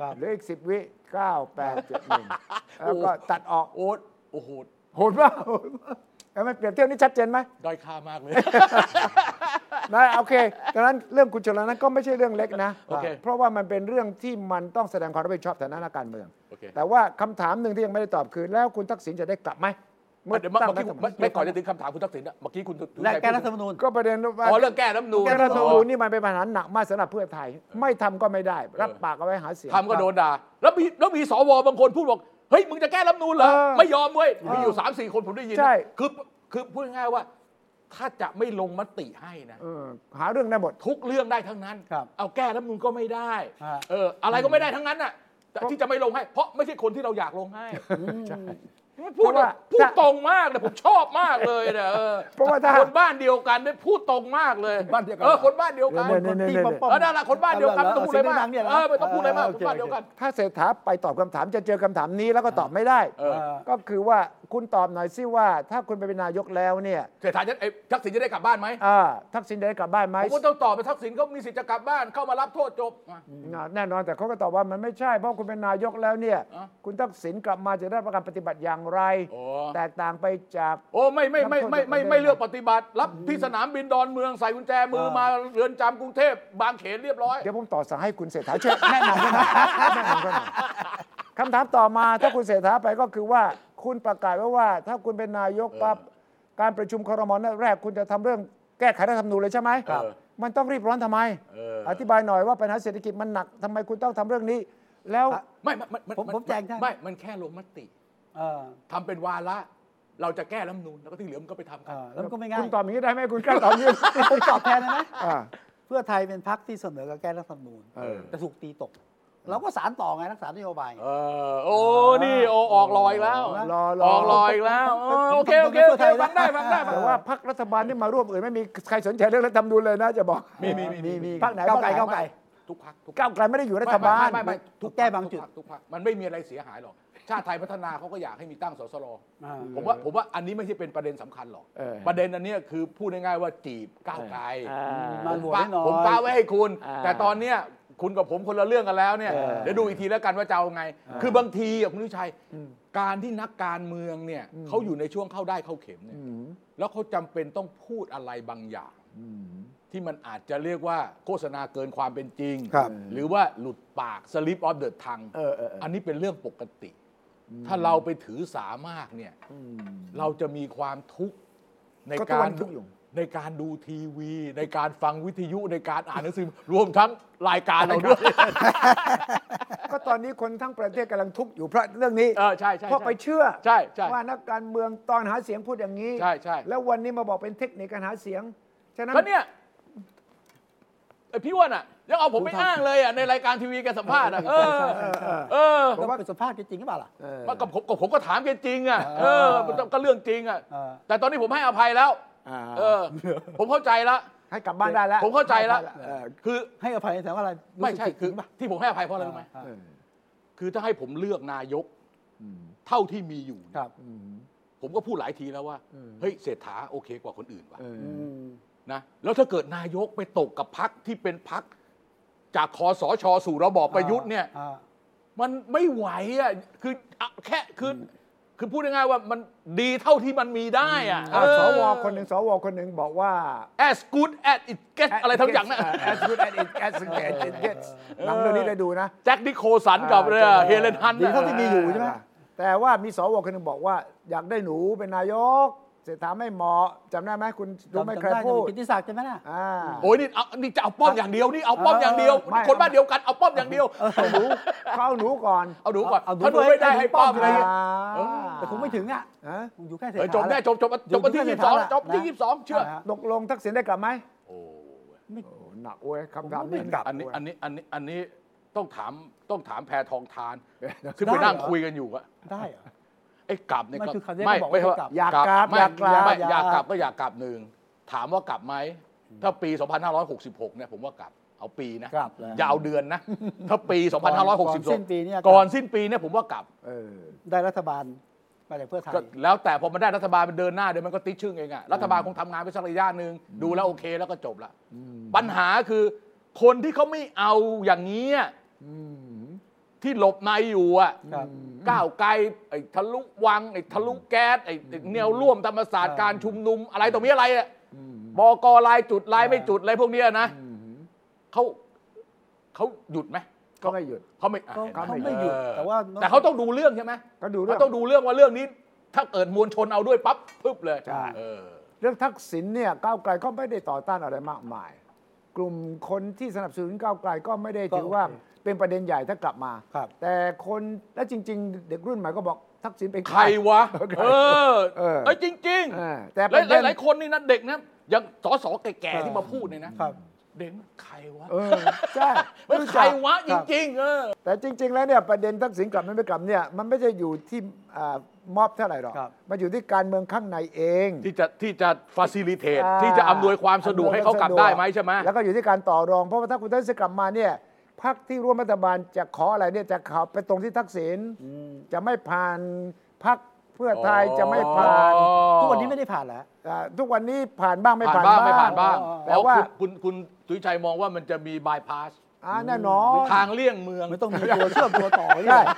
ครับ 1หรืออีก 10 วิ 9 8 7 1 แล้วก็ตัดออก โอ๊ตโอ้โห โหดมากโหดมากแล้วมันเปรียบเทียบนี่ชัดเจนไหม ด้อยค่ามากเลย นะโอเคดังนั้นเรื่องคุณชนละนั้นก็ไม่ใช่เรื่องเล็กนะ โอเค เพราะว่ามันเป็นเรื่องที่มันต้องแสดงความรับผิดชอบฐานะนักการเมือง โอเค แต่ว่าคำถามหนึ่งที่ยังไม่ได้ตอบคือแล้วคุณทักษิณจะได้กลับไหม เดี๋ยวเมื่อกี้ ฐบาล ไม่ก่อนจะถึงคำถามคุณทักษิณนะเมื่อกี้คุณ และแก้รัฐธรรมนูญ ก็ประเด็นว่า อ๋อเรื่องแก้รัฐธรรมนูญ แก้รัฐธรรมนูญนี่มันเป็นปัญหาหนักมากสำหรับเพื่อไทย ไม่ทำก็ไม่ได้ รับปากเอาไว้หาเสียง ทำก็โดนด่าแล้วมีแล้วมีสวบางคนพูดบอกเฮ้ยมึงจะแก้รัฐธรรมนูญเหรอ เออ ไม่ยอมเว้ยมีอยู่สามสี่คนผมได้ยินนะ ใช่ คือคือพูดง่ายๆว่า ถ้าจะไม่ลงมติให้นะ เออหาเรื่องได้หมด ทุกเรื่องได้ทั้งนั้น ครับ เอาแก้รัฐธรรมนูลก็ไม่ได้ ฮะ เออ อะไรก็ไม่ได้ทั้งนั้นน่ะแต่ที่จะไม่ลงให้ เพราะไม่ใช่คนที่เราอยากลงให้มันพูด เพราะว่า พูด ถ้า ตรงมากเลยผมชอบมากเลยเนี่ยเออ เพราะว่าถ้า คนบ้านเดียวกันเนี่ยพูดตรงมากเลย บ้านเดียวกัน เออคนบ้านเดียวกัน เนี่ยเนี่ยเนี่ย ที่ป้อมๆ เออนั่นแหละคนบ้านเดียวกันไม่ต้องพูดอะไรมาก สีงดังๆเนี่ยนะ เออไม่ต้องพูดอะไรมากคนบ้าโอคนเดียวกัน ถ้าเศรษฐาไปตอบคำถามจะเจอคำถามนี้แล้วก็ตอบไม่ได้ เออ ก็คือว่าคุณตอบหน่อยสิว่า ถ้าคุณไปเป็นนายกแล้วเนี่ย เศรษฐาจะเอ้ยทักษิณจะได้กลับบ้านไหม อ่าทักษิณได้กลับบ้านไหม ผมก็ต้องตอบไปทักษิณก็มีสิทธิ์จะกลับบ้านเข้ามารับโทษจบ อ่าแน่นอนแต่เขาก็ตอบว่ามันไม่ใช่ เพราะคุณเป็นนายกแล้วเนี่ย อ่ะ คุณทักษิณกลับมาจะได้ประการปฏิบัติอย่างไร โอ้ แตกต่างไปจาก โอ้ไม่ไม่ไม่ รับโทษ ไม่ไม่ จาก ไม่ เดิม เลือกปฏิบัติ รับที่สนามบินดอนเมืองใส่กุญแจมือมาเรือนจำกรุงเทพบางเขนเรียบร้อย เดี๋ยวผมต่อสายให้คุณเศรษฐาช่วยแนะนำด้วยนะแนะนำด้วยนะคำถามต่อมาถ้าคุณเศรษฐาไปก็คือว่า คุณประกาศไว้ว่า ถ้าคุณเป็นนายกปั๊บการประชุมครมนัดแรก คุณจะทำเรื่องแก้ไขรัฐธรรมนูญเลยใช่ไหม ครับ มันต้องรีบร้อนทำไม เออ อ อ ธิบายหน่อยว่าปัญหาเศรษฐกิจมันหนักทำไมคุณต้องทำเรื่องนี้ แล้ว อ่ะ ไม่ไม่ไม่ ผมผมแจงได้ ไม่มันแค่ลงมติ เออ ทำเป็นวาระ เราจะแก้รัฐธรรมนูนแล้วก็ที่เหลือมันก็ไปทำ เอ กัน อแล้วมันก็ไม่ง่าย คุณตอบอย่างนี้ได้ไหมคุณกล้าตอบอย่างนี้ ผมตอบแทนนะนะ อ่า เพื่อไทยเป็นพรรคที่เสนอกับแก้รัฐธรรมนูญ เออ แต่ถูกตีตก เราก็สารต่อไงรักษานโยบาย เออโอ้ นี่โอออกลอยอีกแล้ว รอรอ ออกลอยอีกแล้วเออโอเคโอเคโอเคฟังได้ฟังได้ฟัง แต่ ได้ ว่าพรรครัฐบาลที่มาร่วมอื่นไม่มีใครสนใจเรื่องรัฐธรรมนูญเลยนะจะบอก มีมีมีมีมี พรรคไหน ก้าวไกล พรรก้าคหนวไกล ทุกพักทุก ก้าวไกลไม่ได้อยู่รัฐบาล ไม่ไม่ไม่ไม่ แก้บางจุด ทุกพรรคทุกพักมันไม่มีอะไรเสียหายหรอก ชาติไทยพัฒนาเขาก็อยากให้มีตั้งสสร อ่า ผมว่าผมว่าอันนี้ไม่ใช่เป็นประเด็นสำคัญหรอก เออ ประเด็นอันเนี้ยคือพูดง่ายๆว่าจีบก้าวไกล อ่า มันหัว ป้า ได้น้อย ผมป้าไว้ให้คุณ อ่า แต่ตอนเนี้ยคุณกับผมคนละเรื่องกันแล้วเนี่ย เออ เดี๋ยวดูอีกทีแล้วกันว่าจะเอาไง อ่า คือบางทีอะคุณวิชัย อืม การที่นักการเมืองเนี่ย อืม เขาอยู่ในช่วงเข้าได้เข้าเข็มเนี่ย อืม แล้วเขาจำเป็นต้องพูดอะไรบางอย่าง อืม ที่มันอาจจะเรียกว่าโฆษณาเกินความเป็นจริง ครับ หรือว่าหลุดปาก slip of the tongue เออเออเอออั นนี้เป็นเรื่องปกติ ถ้าเราไปถือสามากเนี่ย อืม เราจะมีความทุกข์ใน ก็ทุก การ วันทุกข์อยู่ ในการดูทีวี ในการฟังวิทยุในการอ่านหนังสือรวมทั้งรายการเราด้วย ก็ตอนนี้คนทั้งประเทศกำลังทุกข์อยู่เพราะเรื่องนี้ เออใช่ใช่ เพราะไปเชื่อ ใช่ใช่ ว่านักการเมืองตอนหาเสียงพูดอย่างนี้ ใช่ใช่ แล้ววันนี้มาบอกเป็นเทคนิคการหาเสียง ฉะนั้น แล้วเนี่ยไอ้พี่อ้ว่านอ่ะยังเอาผมไปอ้างเลยอ่ะในรายการทีวีแกสัมภาษณ์อ่ะเออเออ ผมว่าเป็นสมภาพจริงๆหรือเปล่าล่ะ มากับผมกับผมก็ถามแกจริงอ่ะเออมันก็เรื่องจริงอ่ะ เออ แต่ตอนนี้ผมให้อภัยแล้ว อ่า เออ ผมเข้าใจแล้ว ให้กลับบ้านได้แล้ว ผมเข้าใจแล้ว เออ คือ ให้อภัยแต่ว่าอะไรรู้สึก ไม่ใช่ ผิด คือ จริงป่ะ ที่ผมให้อภัยเพราะอะไรรู้ไหม อ่า เออ คือถ้าให้ผมเลือกนายก อืม เท่าที่มีอยู่เนี่ย ครับ อืม ผมก็พูดหลายทีแล้วว่า อืม เฮ้ยเศรษฐาโอเคกว่าคนอื่นว่ะ เออ อืม นะแล้วถ้าเกิดนายกไปตกกับพักที่เป็นพัก จากคอสชสู่ระบอบประยุทธ์เนี่ย อ่า มันไม่ไหวอ่ะคืออ่ะแค่คือคือพูดง่ายๆว่ามันดีเท่าที่มันมีได้อ่ะ อ่า เออ สวคนหนึ่งสวคนหนึ่งบอกว่า as good as it gets อะไรทั้งอย่างนะ แอสกูดแอดอินแอสกูดแอดอินเกตหนังเรื่องนี้ได้ดูนะ แจ็คดิโคสันกับ อ่า เนี่ย จะ เฮเลนฮัน ดี น่ะ เท่าที่มีอยู่ใช่ไหม แต่ว่ามีสวคนหนึ่งบอกว่า อยากได้หนูเป็นนายก เศรษฐาไม่เหมาะจำได้ไหมคุณรู้ไหม จำ ใคร จำด้ พู นะ ด กิติศักดิ์ใช่ไหมน่ะ อ่า โอ้ยนี่เอานี่จะเอาป้อมอย่างเดียวนี่เอาป้อมอย่างเดียว เออไม่ คนบ้านเดียวกันเอาป้อมอย่างเดียว เอาหนูเขาเอาหนูก่อน เอาหนูก่อน เอาหนู ถ้าหนู ด้วย ไม่ได้ให้ป้อม ให้หนูป้อม เลย เลย เออ แต่คงไม่ถึงอ่ะ ฮะ คงอยู่แค่เศรษ เออ ฐา จบแน่ ล้ว จบจบจบวันที่ อยู่ที่ ยี่สิบสอง เศรษฐา จบที่ นะ ยี่สิบสองเชื่อ นะฮะ ตกลงทักษิณได้กลับไหม โอ้ ไม่ โอ้หนักเว้ยคำถาม ผมว่าไม่ นี้ กลับ อันนี้อันนี้อันนี้อันนี้ต้องถามต้องถามแพทองทานซึ่งไปนั่งคุยกันอยู่อะ ได้เหรอ ไอ้กลับเนี่ย ไม่ ก็ คือเขาได้ ไม่ บอกว่า ไม่ใช่ว่า จะกลับ อยากกลับ ไม่ อยากกลับ ไม่ออายยาก ก ก ก ลั ลั บ บก็อยากกลับหนึ่งถามว่ากลับไหมถ้าปี 2566 เนี่ยผมว่ากลับเอาปีนะ กลับแล้ว อย่าเอาเดือน นะ ถ้าปี ก่อนสิ้นปีเนี่ย 2566 ก่อนสิ้นปีเนี่ยผมว่ากลับ เออ ได้รัฐบาลมาจากเพื่อไทย ก็แล้วแต่พอมันได้รัฐบาลมันเดินหน้าเดี๋ยวมันก็ติดชึ่งเองอะรัฐบาลคงทำงานไปสักระยะหนึ่งดูแล้วโอเคแล้วก็จบละปัญหาคือคนที่เขาไม่เอาอย่างนี้ยที่หลบในอยู่อะ ครับ ก้าวไกลไอ้ทะลุวังไอ้ทะลุแก๊สไอ้ไอ้แนวร่วมธรรมศาสตร์ อ่า การชุมนุมอะไรตรงนี้อะไรอะบกลายจุดลายไม่จุดอะไรพวกเนี้ยนะเขาเขาหยุดไหม ก็ไม่หยุด เขาไม่อ่ะ ก็ ห็นห เขาไม่หยุดแต่ว่า แต่เขาต้องดูเรื่องใช่ไหม ก็ดูเรื่ มั อง นต้องดูเรื่องว่าเรื่องนี้ ถ้าเกิดมวลชนเอาด้วยปั๊บปึ๊บเลย ใช่ เออ เรื่องทักษิณเนี่ยก้าวไกลก็ไม่ได้ต่อต้านอะไรมากมาย กลุ่มคนที่สนับสนุนก้าวไกลก็ไม่ได้ถือว่า ก็โอเค เป็นประเด็นใหญ่ถ้ากลับมา ครับ แต่คนและจริง ๆ เด็กรุ่นใหม่ก็บอกทักษิณเป็น ใครวะ เออ เออ เอ้ยจริง เออ ๆ แต่ แต่ ประเด็น หลายๆคนนี่นะเด็กนะอย่างสอสอแก่ๆที่มาพูดเนี่ยนะครับ เด็กใครวะ เออใช่ มัน รู้ ใค จั ร ก วะจริงๆเออ แต่จริง ๆ แล้วเนี่ยประเด็นทักษิณกลับไม่ไม่กลับเนี่ยมันไม่ได้อยู่ที่อ่าม็อบเท่าไหร่หรอก ครับ มันอยู่ที่การเมืองข้างในเอง ที่จะที่จะฟาซิลิเทต อ่ ที่จะอำนวยความสะดวกให้เขากลับได้ไหมใช่ไหม แล้วก็อยู่ที่การต่อรองเพราะว่าถ้าคุณทักษิณกลับมาเนี่ยพรรคที่ร่วมรัฐบาลจะขออะไรเนี่ยจะขอไปตรงที่ทักษิณจะไม่ผ่านพรรคเพื่อไทย อ๋อ จะไม่ผ่าน ทุกวันนี้ไม่ได้ผ่านแล้ว อ่าทุกวันนี้ผ่านบ้างไม่ ผ่า ผ่าน น บ้า บ้าง ง ไม่ผ่านบ้าง แต่ว่า อ๋อคุณคุณคุณสุวิชัยมองว่ามันจะมีบายพาส อ่าแน่นอน ทางเลี่ยงเมือง ไม่ต้องมีตัวเชื่อมตัวต่ออย่างเงี้ยเหรอ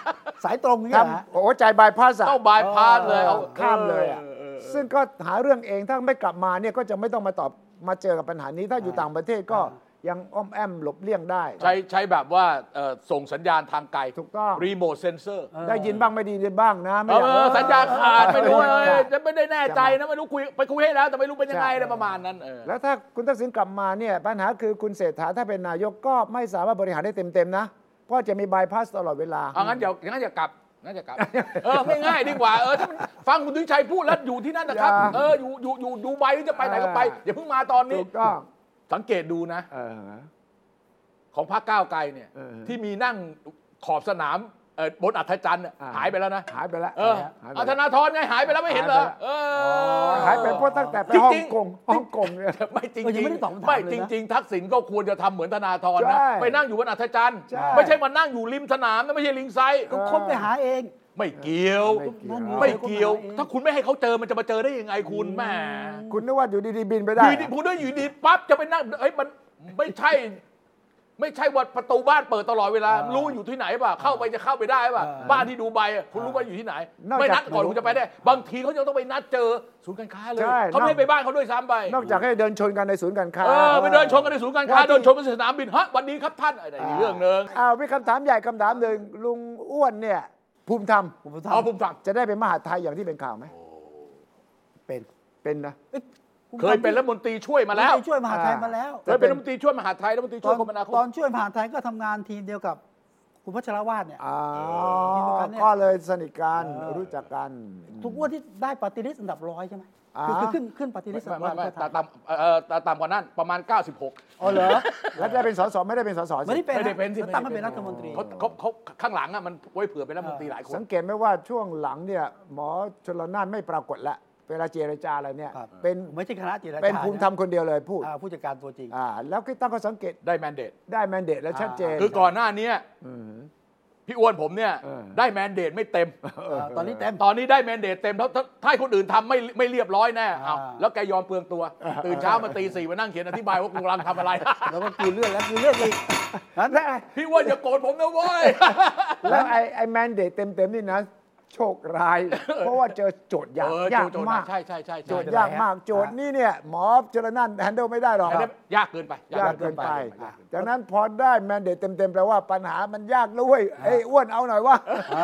สายตรงอย่าง ค เงี้ยรับ เหรอ โอ้ใจบายพาสอะ ต้องบายพาสเลยเอา ข้ามเลยอะ เอ ซึ่งก็หาเรื่องเองถ้าไม่กลับมาเนี่ยก็จะไม่ต้องมาตอบมาเจอกับปัญหานี้ถ้าอยู่ต่างประเทศก็ ยังอ้อมแอมหลบเลี่ยงได้ ใช้ใช้แบบว่าเอ่อส่งสัญญาณทางไกล ถูกต้อง รีโมทเซนเซอร์ ได้ยินบ้างไม่ไดีได้บ้างนะไม่อเอยาก อสัญญาณขาดไม่รู้ สัญญาณ เล ขาย ด จะไม่ได้แน่ใจ จะ นะ มา ไม่รู้คุยไปคุยให้แล้ว แต่ไม่รู้เป็นยังไง ใช่ อะไรประมาณนั้นเออ แล้วถ้าคุณทักษิณกลับมาเนี่ยปัญหาคือคุณเศรษฐาถ้าเป็นนายกก็ไม่สามารถบริหารได้เต็มๆนะ เพราะจะมีบายพาสตลอดเวลา เอางั้นเดี๋ยวงั้นอย่ากลับงั้น อย่ากลับ เออไม่ง่ายดีกว่าเออถ้ามันฟังคุณดุชัยพูดแล้วอยู่ที่นั่นนะครับ อย่า เอออยู่อยู่อยู่ดูไบหรือจะไปไหนก็ไป อ่า อย่าเพิ่งมาตอนนี้ ถูกต้อง สังเกตดูนะ เออ ของพรรคก้าวไกลเนี่ย เออ ที่มีนั่งขอบสนามเอ่อบนอัธจันทร์น่ะ อ่า หายไปแล้วนะ หายไปแล้ว เออ หายไป เอาธ แล้ว นาธรไงหายไปแล้วไม่เห็นเหรอ หายอ๋อไปแล้วหายเออไปเพราะตั้งแต่ไป จริงๆ ฮ่องกงฮ่องกงเนี่ย ไม่จริง เออยังไม่ได้ตอบคำถาม ไม่ เลยนะ จริง ๆ ทักษิณก็ควรจะทำเหมือนธนาธรนะ ใช่ ไปนั่งอยู่บนอัธจันทร์ ใช่ ไม่ใช่มานั่งอยู่ริมสนามนะไม่ใช่ลิงไซด์ ก็คบไปหาเอง ไม่เกี่ยว ไม่เกี่ยว ไม่เกี่ยว เออ ถ้าคุณไม่ให้เขาเจอมันจะมาเจอได้ยังไงคุณแหม คุณนึกว่าอยู่ดีๆบินไป อ ได้ ยู่ดีพูดด้วยอยู่ดีปั๊บจะไปนั่งเอ้ยมันไม่ใช่ ไม่ใช่ว่าประตูบ้านเปิดตลอดเวลา อ่า รู้อยู่ที่ไหนป่ะเข้าไปจะเข้าไปได้ป่ะ อ่า บ้านที่ดูไบอ่ะคุณรู้ว่าอยู่ที่ไหน นอกจาก ไม่นัดก่อนคุณจะไปได้ บางทีเขาจะต้องไปนัดเจอศูนย์การค้าเลย ใช่ เขาไม่ให้ไปบ้านเขาด้วยซ้ำไป นอกจากให้เดินชนกันในศูนย์การค้า เออไปเดินชมกันในศูนย์การค้า ว่าที่ เดินชมกันในสนามบินฮะวันนี้ครับท่านอะไรอีกเรื่องหนึ่ง เอามีคำถามใหญ่คำถามหนึ่งลุงอ้วนเนี่ย ภูมิธรรม ผม เอา ทำ ผมฟัง จะได้เป็นมหาดไทยอย่างที่เป็นข่าวไหม เป็น เป็นนะ เคยเป็นรัฐมนตรีช่วยมาแล้ว ผมช่วยมหาไทยมาแล้ว เคยเป็นรัฐมนตรีช่วยมหาดไทยรัฐมนตรี ต ช่อวย น คมนาคม ตอนช่วยมหาไทยก็ทำงานทีมเดียวกับคุณพัชรวาดเนี่ย อ๋อ กินด้วยกันเนี่ย ก็เลยสนิทกัน เออ รู้จักกัน ทุกอ้วนที่ได้ปฏิริษีอันดับร้อยใช่ไหม อ่า คือคือขึ้นขึ้นปฏิริษีอันดับ ไม่ ร้อย ไม่ เพื่อไท ไม่ ย ต่ำเอ่อต่ำต่ำกว่านั้นประมาณ 96 อ๋อเหรอ แล้วได้เป็นสสไม่ได้เป็นสส ไม่ สิ ได้เป็น ไม่ได้เป็นสิ แล้วตั้งมาเป็นรัฐมนตรี เขาเขาเขาข้างหลังอ่ะมันไว้เผื่อเป็นรัฐมนตรีหลายคน สังเกตไหมว่าช่วงหลังเนี่ยหมอชลนานไม่ปรากฏละเวลาเจรจาอะไรเนี่ย ครับ เป็น ไม่ใช่คณะเจรจา เป็นภูมิธรรมคนเดียวเลยพูด อ่าผู้จัดการตัวจริง อ่าแล้วก็ตั้งข้อสังเกต ได้แมนเดต ได้แมนเดตแล้วชัดเจน คือก่อนหน้านี้พี่อ้วนผมเนี่ย เออ ได้แมนเดตไม่เต็ม าตอนนี้เต็ม ตอนนี้ได้แมนเดตเต็มถ้าถ้าถ้าให้คนอื่นทำไม่ไม่เรียบร้อยแน่เอา อ่า แล้วแกยอมเปลืองตัว ตื่นเช้ามาตีสี่มานั่งเขียนอธิบายว่ากูกำลังทำ อะไร แล้วก็คือเลือดแล้วคือเลือดอีก แล้วไอ้ พี่อ้วนอย่าโกรธผมนะเว้ย แล้วไอ้ไอ้แมนเดตเต็มๆนี่นะ โชคร้าย เพราะว่าเจอโจทย์ยาก เออย าก โจทย์ มาก ใช่ใช่ใช่ โจ ใช่ ทย์ยากมากโจทย์นี่เนี่ยหมอชลนานแฮนเดิลไม่ได้หรอก อันนั้นยากเกินไป ยากเกินไป ยากเกิน จากนั้นพอได้แมนเดตเต็มๆแปลว่าปัญหามันยากแล้วเว้ยไอ้ยอ้วนเอาหน่อยว่า อ่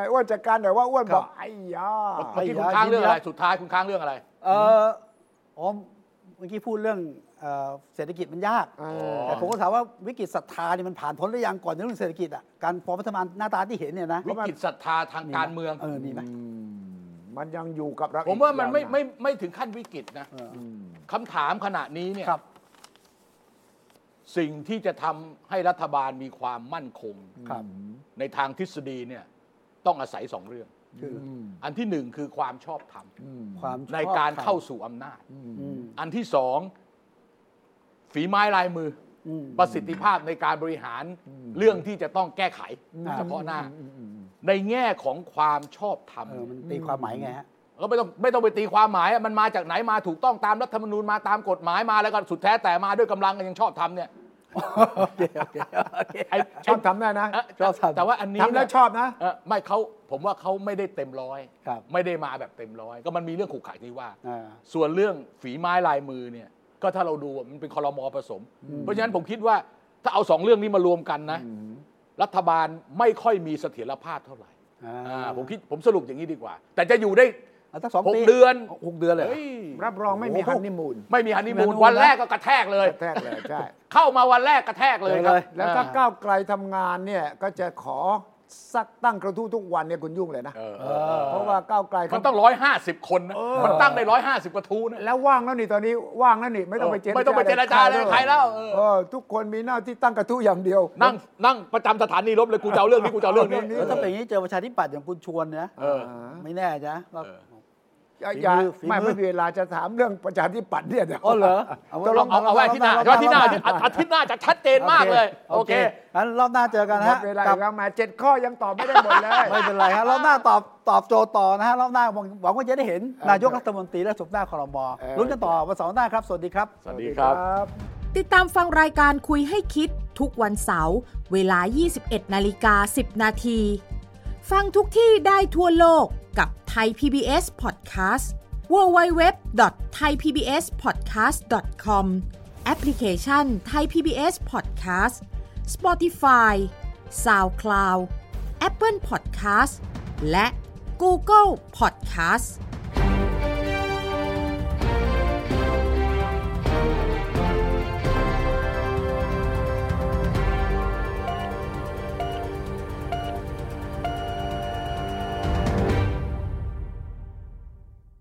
า อ้วนจัดการหน่อยว่าอ้วนบอกไอ้ยา เมื่อกี้คุณค้างเรื่องอะไร สุดท้ายคุณค้างเรื่องอะไร เอออ๋อเมื่อกี้พูดเรื่องเอ่อเศรษฐกิจมันยาก อ่า แต่ผมก็ถามว่าวิกฤตศรัทธานี่มันผ่านพ้นหรือยังก่อนในเรื่องเศรษฐกิจอ่ะการฟอร์มรัฐบาลหน้าตาที่เห็นเนี่ยนะ วิกฤตศรัทธาทางการเมือง เออมีไหม มันยังอยู่กับเรา ผมว่ามันไม่ อีกย ไม่ไม่ถึงขั้นวิกฤตนะ เอออื คำถามขณะนี้เนี่ย ครับ สิ่งที่จะทำให้รัฐบาลมีความมั่นคง ครับ ในทางทฤษฎีเนี่ย ต้องอาศัยสองเรื่อง คืออ อันที่หนึ่งคือความชอบธรรม ความ ในการ ชอบ เข้าสู่อำนาจ อืม อันที่สองฝีไม้ลายมืออ อืม ประสิทธิภาพในการบริหารเรื่องที่จะต้องแก้ไข อ่า เฉพาะหน้า ในแง่ของความชอบธรรม เออมันตีความหมายไงฮะ ก็ไม่ต้องไม่ต้องไปตีความหมายอะมันมาจากไหนมาถูกต้องตามรัฐธรรมนูญมาตามกฎหมายมาแล้วก็สุดแท้แต่มาด้วยกำลังกันยังชอบทำเนี่ยไอ้ ชอบทำได้นะ เ ชอบทำ แต่ว่าอันนี้ ทำแล้ว เนี่ย ชอบนะ เอ่อไม่เขาผมว่าเขาไม่ได้เต็มร้อย ครับ ไม่ได้มาแบบเต็มร้อยก็มันมีเรื่องขู่ขายที่ว่า อ่า ส่วนเรื่องฝีไม้ลายมือเนี่ยก็ถ้าเราดูอะมันเป็นคอรมอผสม เพราะฉะนั้นผมคิดว่าถ้าเอาสองเรื่องนี้มารวมกันนะ รัฐบาลไม่ค่อยมีเสถียรภาพเท่าไหร่ อ่า อ่าผมคิดผมสรุปอย่างนี้ดีกว่า แต่จะอยู่ได้ เอาตั้งสอง หก ปี เดือน หกเดือนเลยเหรอ เฮ้ย รับรองไม่มี โอ้ ฮั โห นนีมูน ไม่มีฮันนีไม่มีฮันนีมูมูนน วันแรกก็กระแทกเลย กระแทกเลยใช่ เข้ามาวันแรกกระแทกเลยครับ เลย แล้วถ้าก้าวไกลทำงานเนี่ยก็จะขอสักตั้งกระทู้ทุกวันเนี่ยคุณยุ่งเลยนะ เออ เออ เพราะว่าก้าวไกล มัน เขา ต้องร้อยห้าสิบคนนะมันตั้งได้ร้อยห้าสิบกระทู้นะ แล้วว่างแล้วนี่ตอนนี้ว่างแล้วนี่ไม่ต้องไปเจรจา ไม่ต้องไปเจรจาเลยใครแล้วเออ เออทุกคนมีหน้าที่ตั้งกระทู้อย่างเดียว นั่งนั่งประจำสถานีรบเลยกูจะเอาเรื่องนี้กูจะเอาเรื่องนี้ เอาเรื่ แล้ว ง ถ้าเป็นอย่างนี้เจอประชาธิปัตย์อย่างคุณชวนนะ เออ ไม่แน่จ้ะว่า เออ อย่าอย่า ฝีมือฝีมือ ไม่ไม่มีเวลาจะถามเรื่องประชาธิปัตย์เนี่ยเดี๋ยว อ๋อเหรอ ตกลง เอาเอาไว้อาที่หน้าเอาไว้อาที่หน้าอาอาทิตย์หน้าจะชัดเจนมากเลยโอเค งั้นรอบหน้าเจอกัน หม ฮะ ดเวลา กับอีกแล้วแหมาเจ็ดข้อยังตอบไม่ได้หมดเลย ไม่เป็นไรครับรอบหน้าตอบตอบโจทย์ต่อนะฮะรอบหน้าหวังหวังว่าจะได้เห็นนายกรัฐมนตรีและสุดหน้าคอรมอ เออ ลุ้นกันต่อวันเสาร์หน้าครับ สวัสดีครับ สวัสดีครับ ครับ ติดตามฟังรายการคุยให้คิดทุกวันเสาร์เวลา 21 นาฬิกา 10 นาที ฟังทุกที่ได้ทั่วโลกกับ t h a i PBS Podcast www.thaipbspodcast.com แอปพลิเคชันไทย PBS Podcast Spotify SoundCloud Apple Podcast และ Google Podcast